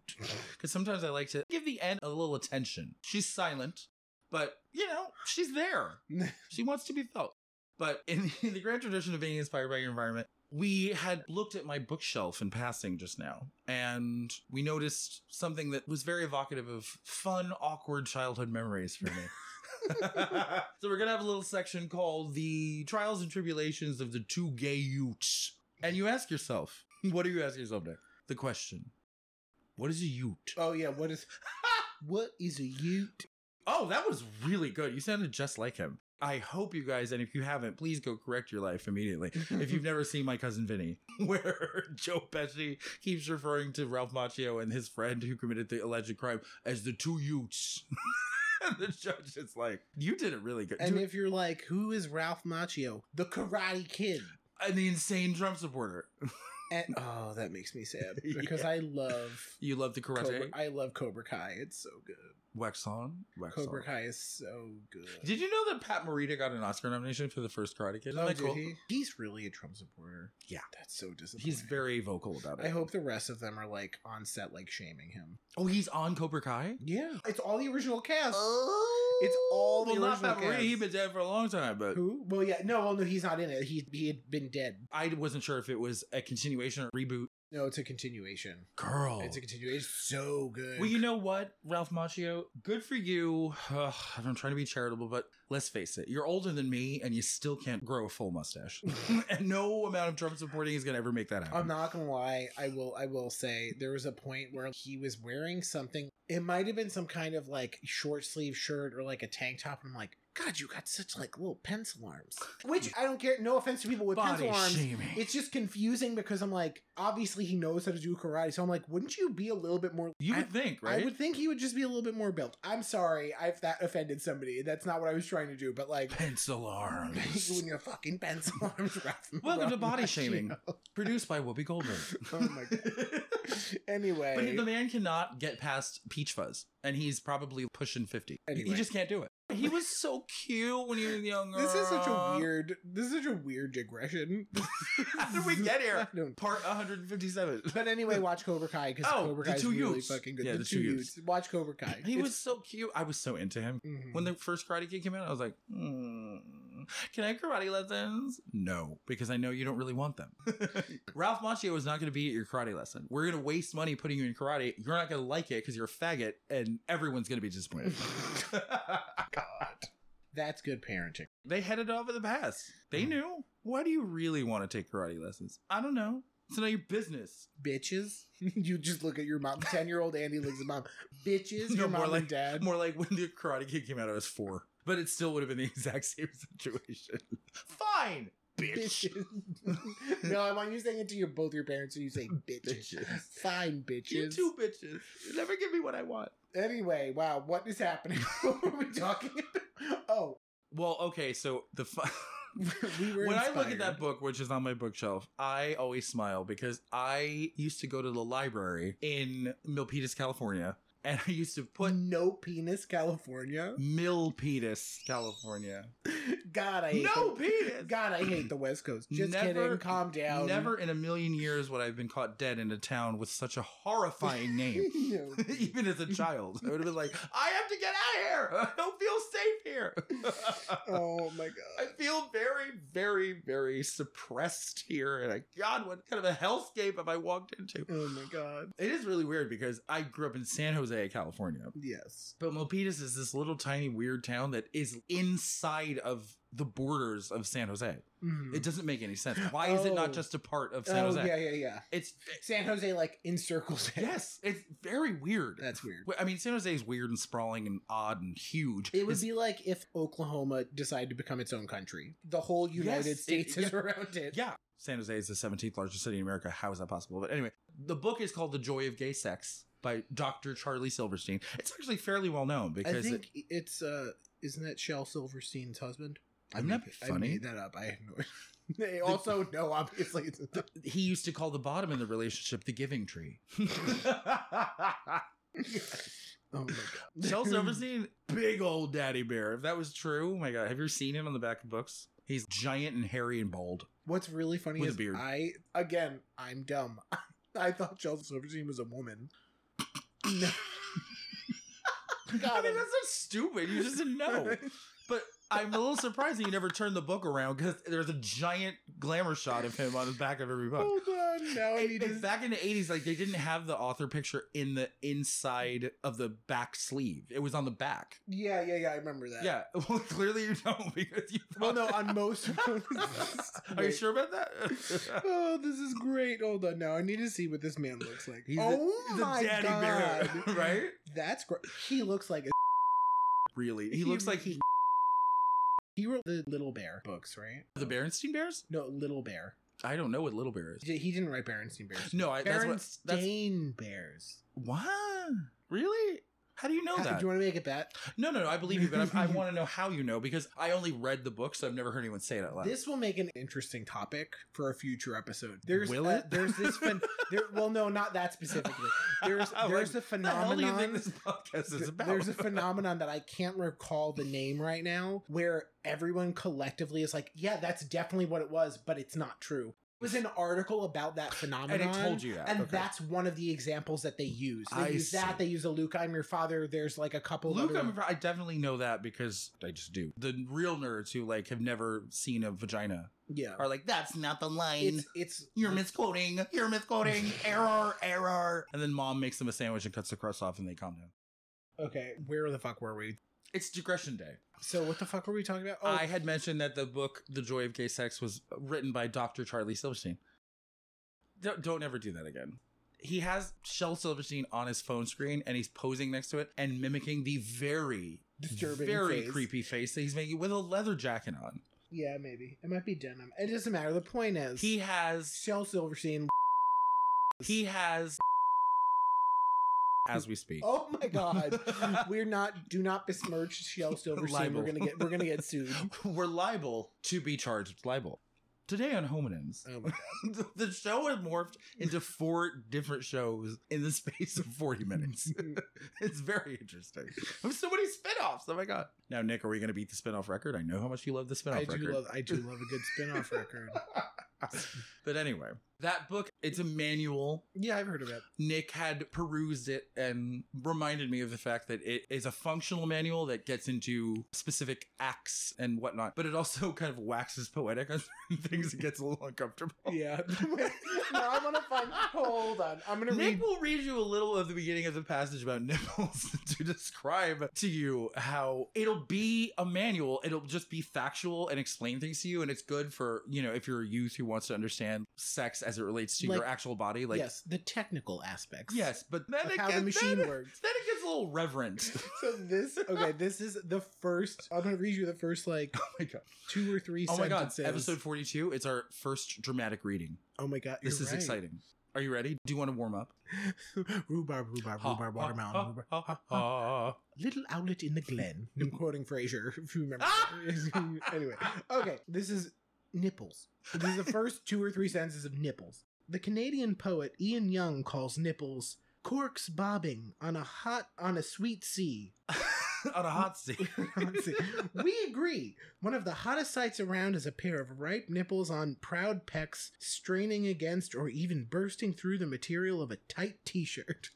A: because sometimes I like to give the end a little attention. She's silent, but you know, she's there. She wants to be felt. But in, in the grand tradition of being inspired by your environment, we had looked at my bookshelf in passing just now, and we noticed something that was very evocative of fun, awkward childhood memories for me. so we're gonna have a little section called the trials and tribulations of the two gay utes. And you ask yourself, what do you ask yourself there? The question. What is a ute?
D: Oh yeah. What is? what is a ute?
A: Oh, that was really good. You sounded just like him. I hope you guys, and if you haven't, please go correct your life immediately. if you've never seen My Cousin Vinny, where Joe Pesci keeps referring to Ralph Macchio and his friend who committed the alleged crime as the two Utes. And the judge is like, you did it really good.
D: And
A: Do-
D: if you're like, who is Ralph Macchio? The Karate Kid.
A: and the insane Trump supporter.
D: And oh, that makes me sad
A: Yeah.
D: because I love
A: You love the karate?
D: Cobra, I love Cobra Kai. It's so good.
A: Wax on? Wax
D: Cobra
A: on.
D: Kai is so good.
A: Did you know that Pat Morita got an Oscar nomination for the first Karate Kid? Isn't
D: Oh,
A: that
D: did
A: cool?
D: he? He's really a Trump supporter.
A: Yeah.
D: that's so disappointing.
A: He's very vocal about it.
D: I hope the rest of them are like on set, like shaming him.
A: Oh, he's on Cobra Kai?
D: Yeah, it's all the original cast.
A: Oh,
D: It's all the
A: well, not
D: original
A: Pat Morita.
D: cast.
A: He's been dead for a long time, but
D: Who? Well, yeah, no, well, no, he's not in it. He he had been dead.
A: I wasn't sure if it was a continuation or reboot.
D: No, it's a continuation.
A: Girl,
D: It's a continuation. It's so good.
A: well, you know what, Ralph Macchio, good for you. Ugh, I'm trying to be charitable, but let's face it, you're older than me, and you still can't grow a full mustache. and no amount of Trump supporting is gonna ever make that happen.
D: I'm not gonna lie. I will. I will say there was a point where he was wearing something. It might have been some kind of like short sleeve shirt or like a tank top. And I'm like, God, you got such like little pencil arms. Which I don't care. No offense to people with
A: body
D: pencil arms.
A: shaming.
D: It's just confusing because I'm like, obviously he knows how to do karate. So I'm like, wouldn't you be a little bit more?
A: you
D: I-
A: would think, right?
D: I would think he would just be a little bit more built. I'm sorry if that offended somebody. That's not what I was trying to do. But like,
A: Pencil
D: you
A: arms.
D: and your fucking pencil arms, Ralph.
A: Welcome to
D: Ralph
A: Body Shaming.
D: Macchio.
A: Produced by Whoopi Goldberg.
D: Oh my god. anyway,
A: But the man cannot get past Peach Fuzz, and he's probably pushing 50. He- He
D: Anyway.
A: just can't do it. He was so cute when he was younger.
D: this is such a weird. This is such a weird digression.
A: How did we get here?
D: I don't-
A: Part 157.
D: But anyway, watch Cobra Kai because
A: Oh,
D: Cobra
A: the
D: Kai is
A: two
D: really
A: Utes.
D: fucking good.
A: Yeah,
D: the, two Utes. Watch Cobra Kai.
A: He
D: It's-
A: was so cute. I was so into him.
D: Mhm.
A: When the first Karate Kid came out, I was like, hmm, can I have karate lessons? No, because I know you don't really want them. Ralph Macchio was not going to be at your karate lesson. We're going to waste money putting you in karate. You're not going to like it because you're a faggot, and everyone's going to be disappointed.
D: That's good parenting.
A: they headed off in the past. They knew. Why do you really want to take karate lessons? I don't know. It's none of your business.
D: Bitches. you just look at your mom. Ten year old Andy looks at mom. Bitches,
A: No,
D: your
A: more
D: mom
A: like-
D: and dad.
A: More like when the Karate Kid came out, I was four, but it still would have been the exact same situation. Fine, bitch.
D: bitches. no, I want you saying it to your both your parents and you say bitches.
A: Bitches.
D: Fine
A: You
D: bitches.
A: two bitches. You never give me what I want.
D: Anyway, wow, what is happening? what were we talking about? Oh,
A: Well, okay, so the fu-
D: we were
A: when I look at that
D: inspired.
A: book, which is on my bookshelf, I always smile because I used to go to the library in Milpitas, California, and I used to put
D: No Penis, California.
A: Milpitas, California.
D: God, I hate
A: No
D: the-
A: penis.
D: God, I hate the West Coast. Just
A: Never-
D: kidding. Calm down.
A: Never in a million years would I have been caught dead in a town with such a horrifying name.
D: No.
A: Even as a child, I would have been like, I have to get out of here. I don't feel safe here.
D: Oh my
A: I
D: god.
A: feel very, very, very suppressed here. And I, God, what kind of a hellscape have I walked into?
D: Oh my god.
A: It is really weird because I grew up in San Jose, California.
D: Yes.
A: But Milpitas is this little tiny weird town that is inside of the borders of San Jose.
D: Mhm.
A: It doesn't make any sense. Why is it
D: Oh.
A: not just a part of San
D: oh
A: Jose?
D: yeah, yeah, yeah.
A: It's
D: San Jose like encircles it.
A: yes, it's very weird.
D: That's weird.
A: I mean, San Jose is weird and sprawling and odd and huge.
D: It would
A: It's-
D: be like if Oklahoma decided to become its own country. The whole United
A: Yes, it-
D: States is
A: yeah.
D: around it.
A: Yeah. San Jose is the 17th largest city in America. How is that possible? But anyway, the book is called The Joy of Gay Sex by Dr. Charlie Silverstein. It's actually fairly well known
D: I
A: because
D: think it's uh isn't that Shel Silverstein's husband? I
A: Wouldn't
D: made-
A: that be funny?
D: I made that up. I have no They also know obviously it's
A: it- he used to call the bottom in the relationship the giving tree.
D: Oh my god.
A: Charles Silverstein, big old daddy bear. If that was true, oh my God, have you seen him on the back of books? He's giant and hairy and bald.
D: What's really funny
A: With a
D: is
A: beard.
D: I again I'm dumb. I thought Shel Silverstein was a woman. No.
A: I
D: God,
A: mean,
D: I'm-
A: that's so stupid. You just didn't know. But I'm a little surprised that you never turned the book around because there's a giant glamour shot of him on the back of every book.
D: Hold on. Now I
A: It-
D: need
A: it's
D: to
A: back in the eighties, like they didn't have the author picture in the inside of the back sleeve. It was on the back.
D: Yeah, yeah, yeah, I remember that.
A: Yeah. Well, clearly you don't because you.
D: Well, no, on most.
A: Are you
D: Wait.
A: sure about that?
D: Oh, this is great. Hold on, now I need to see what this man looks like.
A: He's a-
D: oh
A: he's a
D: my
A: daddy bear,
D: god,
A: right?
D: That's great. He looks like a.
A: really? He looks like he,
D: He wrote the Little Bear books, right?
A: the Berenstein Bears.
D: No, Little Bear.
A: I don't know what Little Bear is.
D: He he didn't write Berenstain Bears.
A: No, I. That's what. That's
D: Berenstain Bears.
A: what. Really? How do you know
D: How-
A: that?
D: Do you want to make it that?
A: no, no, no. I believe you, but i I want to know how you know because I only read the book, so I've never heard anyone say it out loud.
D: This will make an interesting topic for a future episode. There's
A: Will
D: uh,
A: it?
D: there's this phen- there, well no not that specifically. There's
A: Like,
D: there's a
A: what the hell
D: phenomenon
A: do you think this podcast is
D: Th-
A: about?
D: There's a phenomenon that I can't recall the name right now where everyone collectively is like, yeah, that's definitely what it was, but it's not true. It was an article about that phenomenon.
A: and it told you that.
D: and
A: okay.
D: that's one of the examples that they use. They
A: I
D: use that.
A: see.
D: They use a Luke, I'm your father. There's like a couple
A: Luke,
D: other
A: I'm, I definitely know that because I just do. The real nerds who like have never seen a vagina
D: Yeah.
A: are like, "That's not the line.
D: It's it's
A: You're misquoting. You're misquoting. error, error." And then mom makes them a sandwich and cuts the crust off, and they calm down.
D: okay. Where the fuck were we?
A: It's digression day.
D: So what the fuck were we talking about? Oh,
A: I had mentioned that the book "The Joy of Gay Sex" was written by Dr. Charlie Silverstein. Don't, don't ever do that again. He has Shel Silverstein on his phone screen, and he's posing next to it and mimicking the very
D: disturbing.
A: very
D: phase.
A: creepy face that he's making with a leather jacket on.
D: Yeah, maybe it might be denim. It doesn't matter. The point is,
A: He has
D: Shel Silverstein.
A: he has as we speak.
D: Oh my god. We're not. Do not besmirch Shel Silverstein.
A: Libel.
D: We're gonna get. We're gonna get sued.
A: We're liable to be charged with libel. Today on Hominins,
D: Oh my god.
A: the show has morphed into four different shows in the space of 40 minutes. it's very interesting. I have so many spinoffs. Oh my God. Now, Nick, are we going to beat the spinoff record? I know how much you love the spinoff
D: I
A: record.
D: do love I do love a good spin-off record.
A: but anyway, that book, it's a manual.
D: Yeah, I've heard of it.
A: Nick had perused it and reminded me of the fact that it is a functional manual that gets into specific acts and whatnot, but it also kind of waxes poetic on certain things. It gets a little uncomfortable.
D: Yeah. now I'm gonna find hold on. I'm gonna
A: Nick
D: read
A: will read you a little of the beginning of the passage about nipples to describe to you how it'll be a manual. It'll just be factual and explain things to you. And it's good for, you know, if you're a youth who wants to understand sex as it relates to your
B: Like-
A: actual body. Like, yes,
B: yes, the technical aspects.
A: but then
D: like
A: it
D: how
A: gets,
D: the machine
A: then,
D: works.
A: then it gets a little reverent.
D: So this okay, this is the first I'm gonna read you the first like
A: oh my God.
D: two or three
A: Oh my God.
D: sentences.
A: Episode 42. It's our first dramatic reading.
D: Oh my god,
A: This
D: you're
A: is
D: right.
A: exciting. Are you ready? Do you want to warm up?
D: rhubarb, rhubarb,
A: Ha,
D: rhubarb,
A: ha,
D: watermelon,
A: ha,
D: rhubarb.
A: ha, ha, ha.
B: Little outlet in the glen.
D: I'm quoting Frasier, if you remember.
A: Ah!
D: anyway, okay, this is
B: Nipples.
D: this is the first two or three sentences of nipples.
B: The Canadian poet Ian Young calls nipples corks bobbing on a hot on a sweet sea.
A: On a hot seat.
D: Let's see.
B: We
D: agree. One of the hottest sights around is a pair of ripe nipples on proud pecs, straining against or even bursting through the material of a tight t shirt.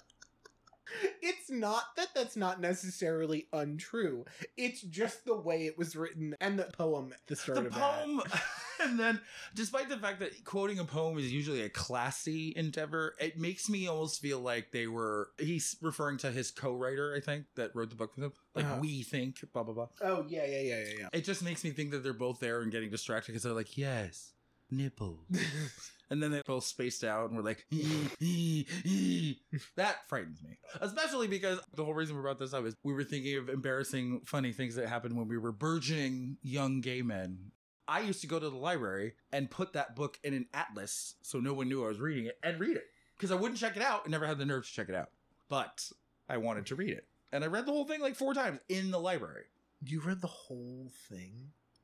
D: it's not that that's not necessarily untrue, it's just the way it was written and the poem at the start
A: the
D: of
A: poem and then despite the fact that quoting a poem is usually a classy endeavor it makes me almost feel like they were he's referring to his co-writer i think that wrote the book with him like
D: Uh-huh.
A: we think blah blah blah
D: that. Oh, yeah, yeah, yeah, yeah, yeah.
A: it just makes me think that they're both there and getting distracted because they're like yes nipples and then they both spaced out and were like that frightens me especially because the whole reason we brought this up is we were thinking of embarrassing funny things that happened when we were burgeoning young gay men i used to go to the library and put that book in an atlas so no one knew i was reading it and read it because i wouldn't check it out and never had the nerve to check it out but i wanted to read it and i read the whole thing like four times in the library
D: you read the whole thing?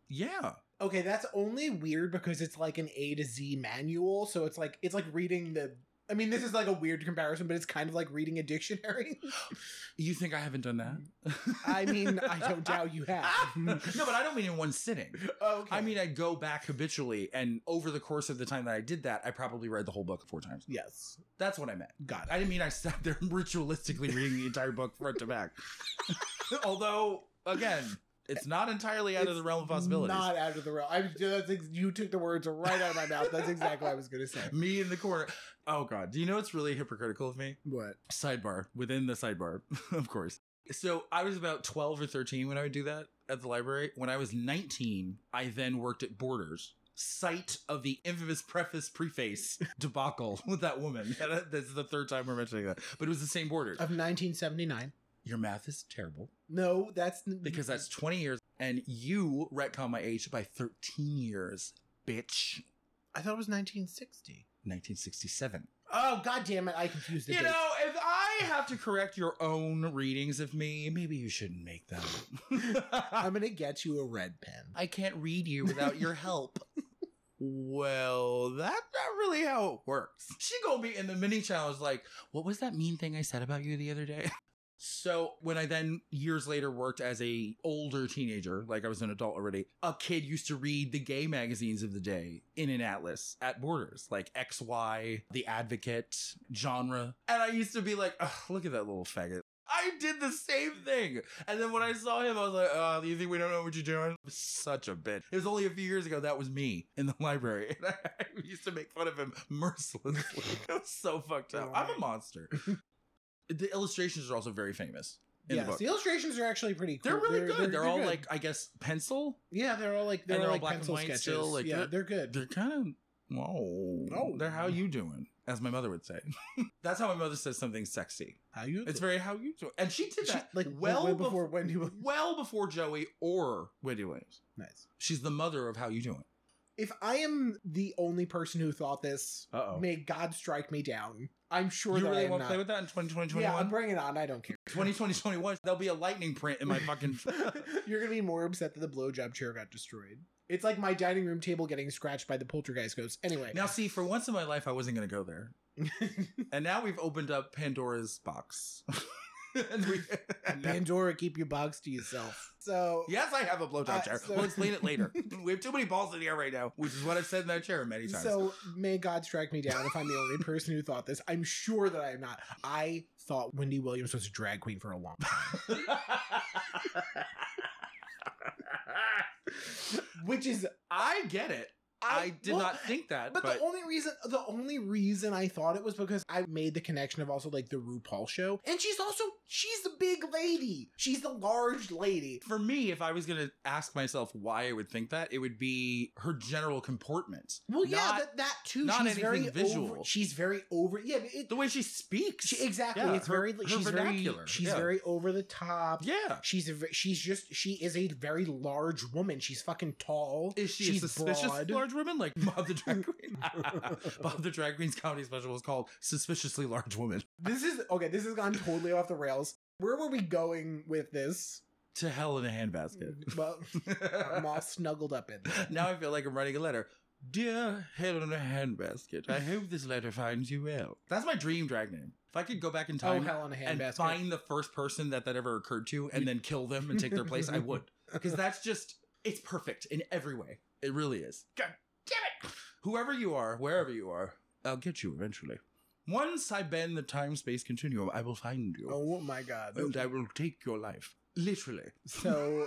A: yeah
D: Okay, that's only weird because it's like an A to Z manual, so it's like it's like reading the I mean, this is like a weird comparison, but it's kind of like reading a dictionary.
A: you think i haven't done that
D: I mean, I don't doubt you have.
A: no but i don't mean in one sitting
D: Okay.
A: I mean, I go back habitually, and over the course of the time that I did that, I probably read the whole book four times.
D: yes.
A: That's what I meant.
D: Got it.
A: I didn't mean I sat there ritualistically reading the entire book front to back. Although, again, it's not entirely out of
D: It's
A: the realm of possibilities.
D: Not out of the realm. I that's ex- you took the words right out of my mouth. That's exactly what I was going to say.
A: Me in the corner. Oh God! Do you know what's really hypocritical of me?
D: What?
A: Sidebar within the sidebar, of course. So I was about twelve or thirteen when I would do that at the library. When I was nineteen, I then worked at Borders. Site of the infamous preface preface debacle with that woman. And, uh, This is the third time we're mentioning that, but it was the same Borders.
B: of 1979.
A: Your math is terrible
D: No, that's
A: because that's twenty years, and you retcon my age by thirteen years, bitch.
B: I thought it was 1960.
A: Nineteen sixty-seven.
D: Oh god damn it! I confused the
A: You
D: dates.
A: know, if I have to correct your own readings of me, maybe you shouldn't make them.
D: I'm going to get you a red pen.
A: I can't read you without your help. well, that's not really how it works. She gonna be in the mini challenge like, what was that mean thing I said about you the other day? So when I then years later worked as a older teenager, like I was an adult already, a kid used to read the gay magazines of the day in an atlas at Borders, like XY, The Advocate, Genre, and I used to be like, Ugh, look at that little faggot. I did the same thing. And then when I saw him, I was like, oh, you think we don't know what you're doing? Such a bitch. It was only a few years ago that was me in the library. And I, used to make fun of him mercilessly. it was so fucked up. I'm a monster. the illustrations are also very famous in
D: yes,
A: the book.
D: the illustrations are actually pretty cool.
A: they're really good. They're, all
D: good.
A: like, I guess, pencil.
D: yeah, they're all like they're,
A: they're
D: all
A: all
D: like
A: black and
D: pencil
A: white
D: sketches.
A: still, like,
D: yeah,
A: they're-
D: they're good.
A: They're kind of, whoa.
D: Oh.
A: They're how you doing, as my mother would say. That's how my mother says something sexy.
D: How you?
A: It's very how you doing. And she did
D: She-
A: that
D: like,
A: well
D: way
A: before,
D: before Wendy Williams.
A: well before Joey or Wendy Williams.
D: nice.
A: She's the mother of how you doing.
D: If I am the only person who thought this,
A: Uh
D: may God strike me down. I'm sure
A: you
D: that
A: really
D: I am
A: want to
D: not.
A: play with that in 2020,
D: Yeah, I'm
A: 2021?
D: bringing it on. I don't care.
A: 2020, 2021, there'll be a lightning print in my fucking.
D: You're gonna be more upset that the blowjob chair got destroyed. It's like my dining room table getting scratched by the poltergeist ghost. Anyway,
A: now, see, for once in my life, I wasn't going to go there. And now we've opened up Pandora's box. and we, and now-
D: Pandora, keep your box to yourself. So
A: yes, I have a blowjob
D: Uh,
A: chair.
D: so-
A: We'll explain it later. we have too many balls in the air right now, which is what I've said in that chair many times.
D: So may God strike me down if I'm the only person who thought this. I'm sure that I am not. I thought Wendy Williams was a drag queen for a long time. Which is
A: I get it. I, did
D: well,
A: not think that.
D: But, the only reason the only reason I thought it was because I made the connection of also like the RuPaul show. And she's also she's a big lady. She's the large lady.
A: for me, if I was going to ask myself why I would think that, it would be her general comportment.
D: Well, yeah,
A: Not
D: that, that too.
A: not
D: she's very
A: anything visual.
D: Over, she's very over. Yeah, but it,
A: the way she speaks.
D: she, exactly.
A: Yeah,
D: it's
A: her-
D: very.
A: her
D: she's
A: vernacular,
D: very. She's
A: yeah.
D: very over the top.
A: yeah.
D: She's a, ve- she's just she is a very large woman. She's fucking tall.
A: Is she
D: she's
A: a suspicious
D: broad.
A: large woman like Bob the Drag Queen? Bob the Drag Queen's comedy special was called Suspiciously Large Woman.
D: This is okay. This has gone totally off the rails. Where were we going with this?
A: To hell in a handbasket.
D: Well, I'm all snuggled up in. there.
A: now I feel like I'm writing a letter. Dear Hell in a Handbasket, I hope this letter finds you well. That's my dream drag name. If I could go back in
D: Oh,
A: time
D: hell on a
A: and
D: handbasket.
A: find the first person that that ever occurred to and then kill them and take their place, I would. Because that's just, it's perfect in every way. It really is. God damn it! Whoever you are, wherever you are, I'll get you eventually. Once I bend the time space continuum, I will find you.
D: Oh my god.
A: And I will take your life. Literally.
D: So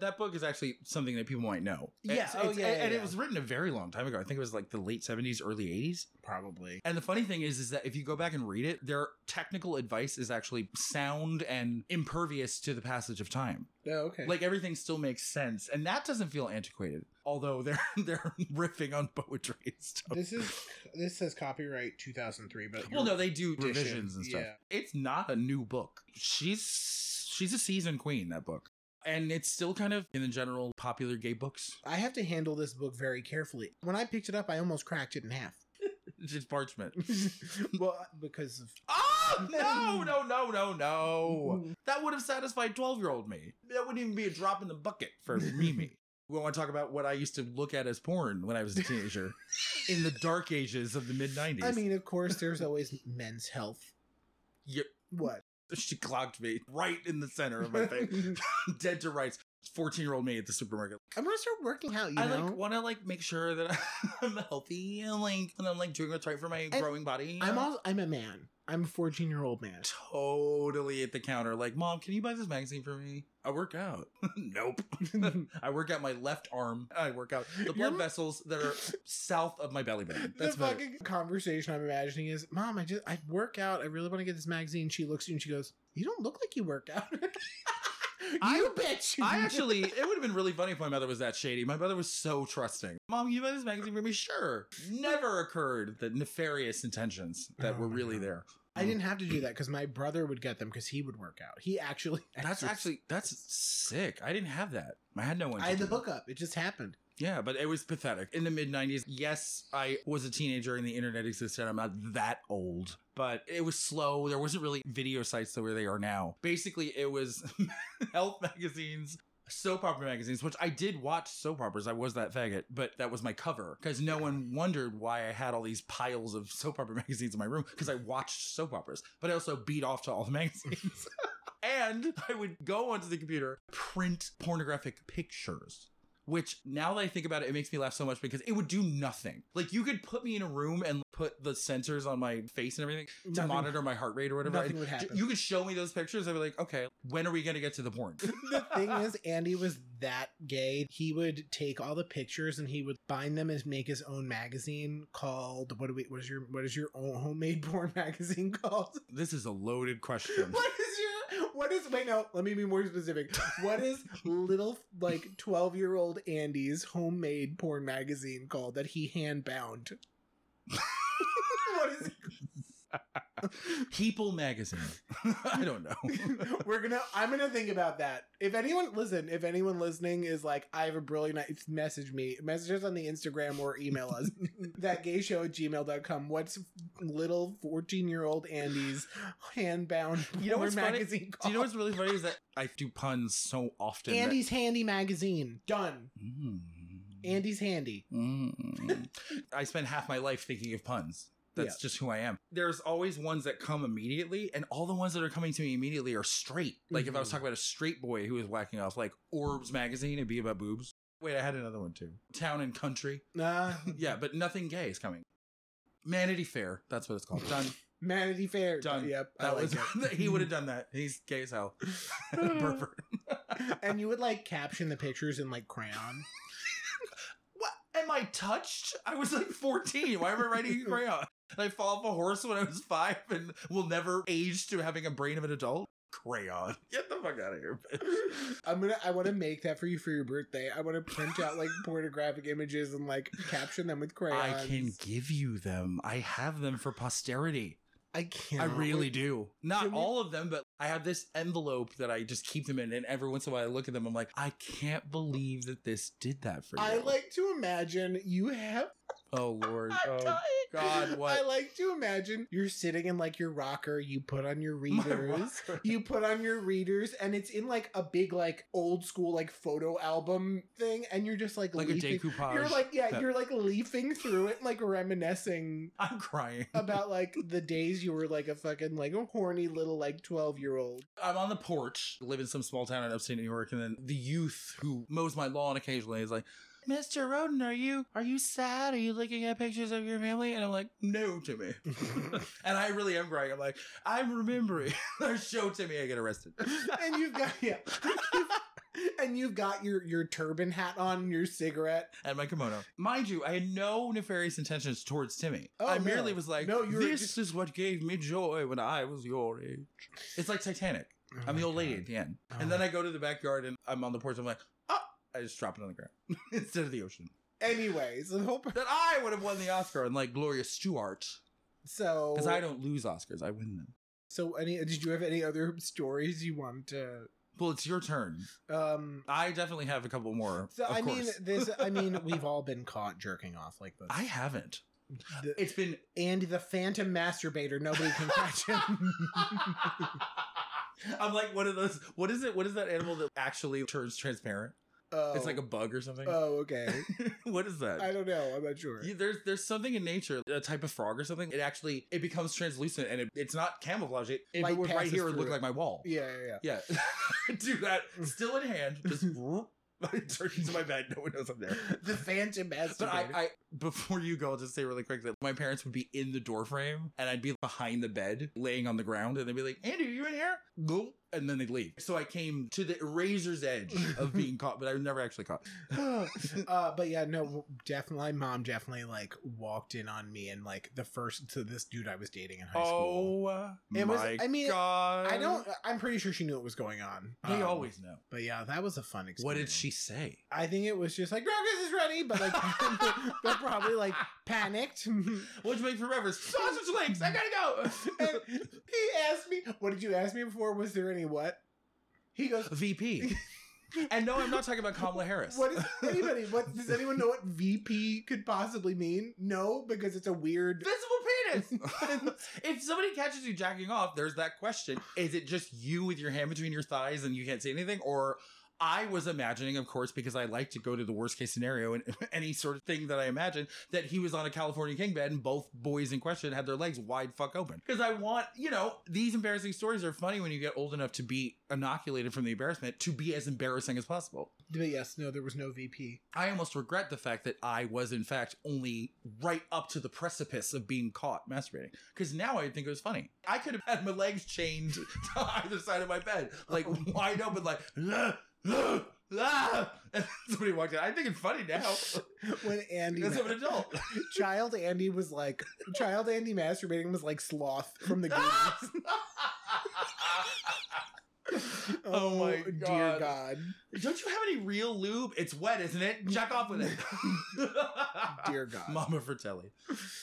A: that book is actually something that people might know.
D: Yeah,
A: It's-
D: oh,
A: it's-
D: yeah,
A: and,
D: yeah,
A: and
D: yeah.
A: it was written a very long time ago. I think it was like the late seventies, early eighties.
D: probably.
A: And the funny thing is, is that if you go back and read it, their technical advice is actually sound and impervious to the passage of time.
D: Oh, okay.
A: Like everything still makes sense, and that doesn't feel antiquated. Although they're they're riffing on poetry and stuff.
D: this is this says copyright 2003, but
A: Well,
D: you're-
A: no, they do
D: Edition,
A: revisions and stuff.
D: yeah.
A: It's not a new book. She's she's a seasoned queen that book, and it's still kind of in the general popular gay books.
D: I have to handle this book very carefully. When I picked it up, I almost cracked it in half.
A: It's just parchment.
D: well, because of
A: Oh no no no no
D: Oh,
A: no! That would have satisfied twelve year old me. That wouldn't even be a drop in the bucket for Mimi. We want to talk about what I used to look at as porn when I was a teenager, in the dark ages of the mid nineties.
D: I mean, of course, there's always men's health.
A: Yep.
D: What?
A: she clocked me right in the center of my face, dead to rights. Fourteen year old me at the supermarket.
D: I'm gonna start working out. You
A: I
D: know,
A: like want to like make sure that I'm healthy and like and I'm like doing what's right for my growing body.
D: I'm also I'm a man. I'm a 14 year old man.
A: totally at the counter. Like, mom, can you buy this magazine for me? I work out. nope. I work out my left arm. I work out the blood
D: You're-
A: vessels that are south of my belly button. That's
D: the
A: about it.
D: fucking conversation I'm imagining is, Mom, I just I work out. I really want to get this magazine. She looks at you and she goes, You don't look like you work out. you
A: I-
D: bitch.
A: I actually, it would have been really funny if my mother was that shady. My mother was so trusting. Mom, you buy this magazine for me? Sure. Never occurred the nefarious intentions that
D: Oh
A: were
D: my
A: really
D: God.
A: there.
D: I didn't have to do that because my brother would get them because he would work out. He actually
A: That's actually that's sick. I didn't have that. I had no one.
D: I
A: to
D: had
A: do
D: the
A: that.
D: book up. It just happened.
A: Yeah, but it was pathetic. In the mid 90s, yes, I was a teenager and the internet existed. I'm not that old, but it was slow. There wasn't really video sites the way they are now. Basically, it was health magazines. Soap opera magazines, which I did watch soap operas. I was that faggot, but that was my cover because no one wondered why I had all these piles of soap opera magazines in my room because I watched soap operas, but I also beat off to all the magazines. and I would go onto the computer, print pornographic pictures which now that I think about it, it makes me laugh so much because it would do nothing. Like you could put me in a room and put the sensors on my face and everything to
D: Nothing-
A: monitor my heart rate or whatever.
D: Nothing
A: and
D: would
A: j-
D: happen.
A: You could show me those pictures. I'd be like, okay, when are we gonna get to the porn?
D: the thing is, Andy was that gay. He would take all the pictures and he would bind them and make his own magazine called what do we what is your what is your own homemade porn magazine called?
A: this is a loaded question.
D: What is your what is wait no, let me be more specific. What is little like twelve year old Andy's homemade porn magazine called that he hand bound? what is
A: People magazine. I don't know.
D: We're gonna. I'm gonna think about that. If anyone listen, if anyone listening is like, I have a brilliant idea, message me. Message us on the Instagram or email us. that gay show at gmail.com. What's little 14 year old Andy's handbound
A: You know
D: porn
A: what's funny?
D: magazine
A: Do you know
D: called?
A: what's really funny is that I do puns so often. that-
D: Andy's handy magazine. Done.
A: Mm.
D: Andy's handy.
A: Mm. I spend half my life thinking of puns. That's just who I am. There's always ones that come immediately, and all the ones that are coming to me immediately are straight. Like if I was
D: Mhm.
A: talking about a straight boy who was whacking off, like Orbs magazine, it'd be about boobs. Wait, I had another one too. Town and country.
D: Uh,
A: Yeah, but nothing gay is coming. Manity Fair. That's what it's called. Done.
D: Manity Fair.
A: Done.
D: Yep. I
A: That
D: like
A: was
D: it.
A: he would have done that. He's gay as hell. Pervert.
D: and you would like caption the pictures in like crayon.
A: What? Am I touched? I was like 14. Why am I riding a crayon? Did I fall off a horse when I was five and will never age to having a brain of an adult? Crayon. Get the fuck out of here, bitch.
D: I'm gonna. I want to make that for you for your birthday. I want to print out like pornographic images and like caption them with crayons.
A: I can give you them. I have them for posterity.
D: I can't.
A: I really do. Not
D: Can we-
A: all of them, but I have this envelope that I just keep them in, and every once in a while I look at them. I'm like, I can't believe that this did that for you.
D: I like to imagine you have.
A: Oh Lord.
D: I'm
A: Oh
D: dying.
A: God, what?
D: I like to imagine you're sitting in like your rocker. You put on your
A: my
D: readers.
A: rocker.
D: You put on your readers, and it's in like a big like old school like photo album thing, and you're just like
A: Like a
D: leafing-
A: decoupage.
D: You're like yeah,
A: that-
D: you're like leafing through it, and, like reminiscing
A: I'm crying.
D: about like the days you were like a fucking like a horny little like 12 year old
A: I'm on the porch, live in some small town in upstate New York, and then the youth who mows my lawn occasionally is like, "Mr. Roden, are you are you sad? Are you looking at pictures of your family?" And I'm like, "No" to me, and I really am crying. I'm like, "I'm remembering." Show to me, I get arrested.
D: and you've got yeah and you've got your your turban hat on your cigarette
A: and my kimono. Mind you, I had no nefarious intentions towards Timmy.
D: Oh,
A: I
D: no.
A: merely was like,
D: No,
A: no,
D: you were
A: this
D: just-
A: is what gave me joy when I was your age. It's like Titanic. I'm the old lady at the end.
D: Oh
A: and then I go to the backyard and I'm on the porch. I'm like, oh, I just drop it on the ground instead of the ocean.
D: anyways the whole
A: That I would have won the Oscar and like Gloria Stewart.
D: so
A: Because I don't lose Oscars, I win them.
D: so any did you have any other stories you want to
A: Well, it's your turn.
D: um
A: I definitely have a couple more.
D: so
A: of
D: i mean
A: course.
D: this i mean we've all been caught jerking off like this
A: I haven't.
D: The-
A: It's been
D: and the phantom masturbator nobody can catch him
A: I'm like one of those. What is it? What is that animal that actually turns transparent?
D: oh.
A: It's like a bug or something.
D: oh okay
A: what is that?
D: i don't know i'm not sure
A: Yeah, there's there's something in nature, a type of frog or something. It actually it becomes translucent and it, it's not camouflage. It, if
D: Light
A: it was right
D: passes
A: here, it would
D: through Mm.
A: look
D: it.
A: like my wall.
D: yeah yeah, yeah.
A: Yeah, do that. Still in hand, just whoop, turn into my bed. No one knows I'm there.
D: the Phantom Masturbator.
A: But I, I, before you go, I'll just say really quick that my parents would be in the door frame and I'd be behind the bed, laying on the ground, and they'd be like, Andy, are you in here? Go. And then they'd leave. So I came to the razor's edge of being caught, but I was never actually caught.
D: uh, but yeah, no, definitely. My mom definitely like walked in on me and like the first to this dude I was dating in high school.
A: Oh, uh,
D: It was-
A: my
D: I mean,
A: God.
D: I don't. I'm pretty sure she knew what was going on.
A: They
D: Um,
A: Oh, always know.
D: But yeah, that was a fun experience.
A: What did she say?
D: I think it was just like breakfast is ready, but like they're probably like panicked.
A: What'd you make for breakfast? Sausage links. I gotta
D: and he asked me, "What did you ask me before? Was there any what?" He goes,
A: go. VP. and no, I'm not talking about Kamala Harris.
D: What is anybody? What does anyone know what VP could possibly mean? No, because it's a weird.
A: Visible penis. if somebody catches you jacking off, there's that question. Is it just you with your hand between your thighs and you can't see anything? Or I was imagining, of course, because I like to go to the worst case scenario and any sort of thing that I imagine, that he was on a California king bed and both boys in question had their legs wide fuck open. Because I want, you know, these embarrassing stories are funny when you get old enough to be inoculated from the embarrassment to be as embarrassing as possible.
D: But yes, no, there was no VP.
A: I almost regret the fact that I was, in fact, only right up to the precipice of being caught masturbating. Because now I think it was funny. I could have had my legs chained to either side of my bed, like wide open, like, "Ah, ah, ah," and somebody walked in. I think it's funny now as
D: when Andy,
A: an adult.
D: child Andy was like, child Andy masturbating was like sloth from the Goonies.
A: oh, Oh my god.
D: Oh, dear God,
A: Don't you have any real lube? It's wet, isn't it? Jack off with it.
D: dear God.
A: Mama Fratelli.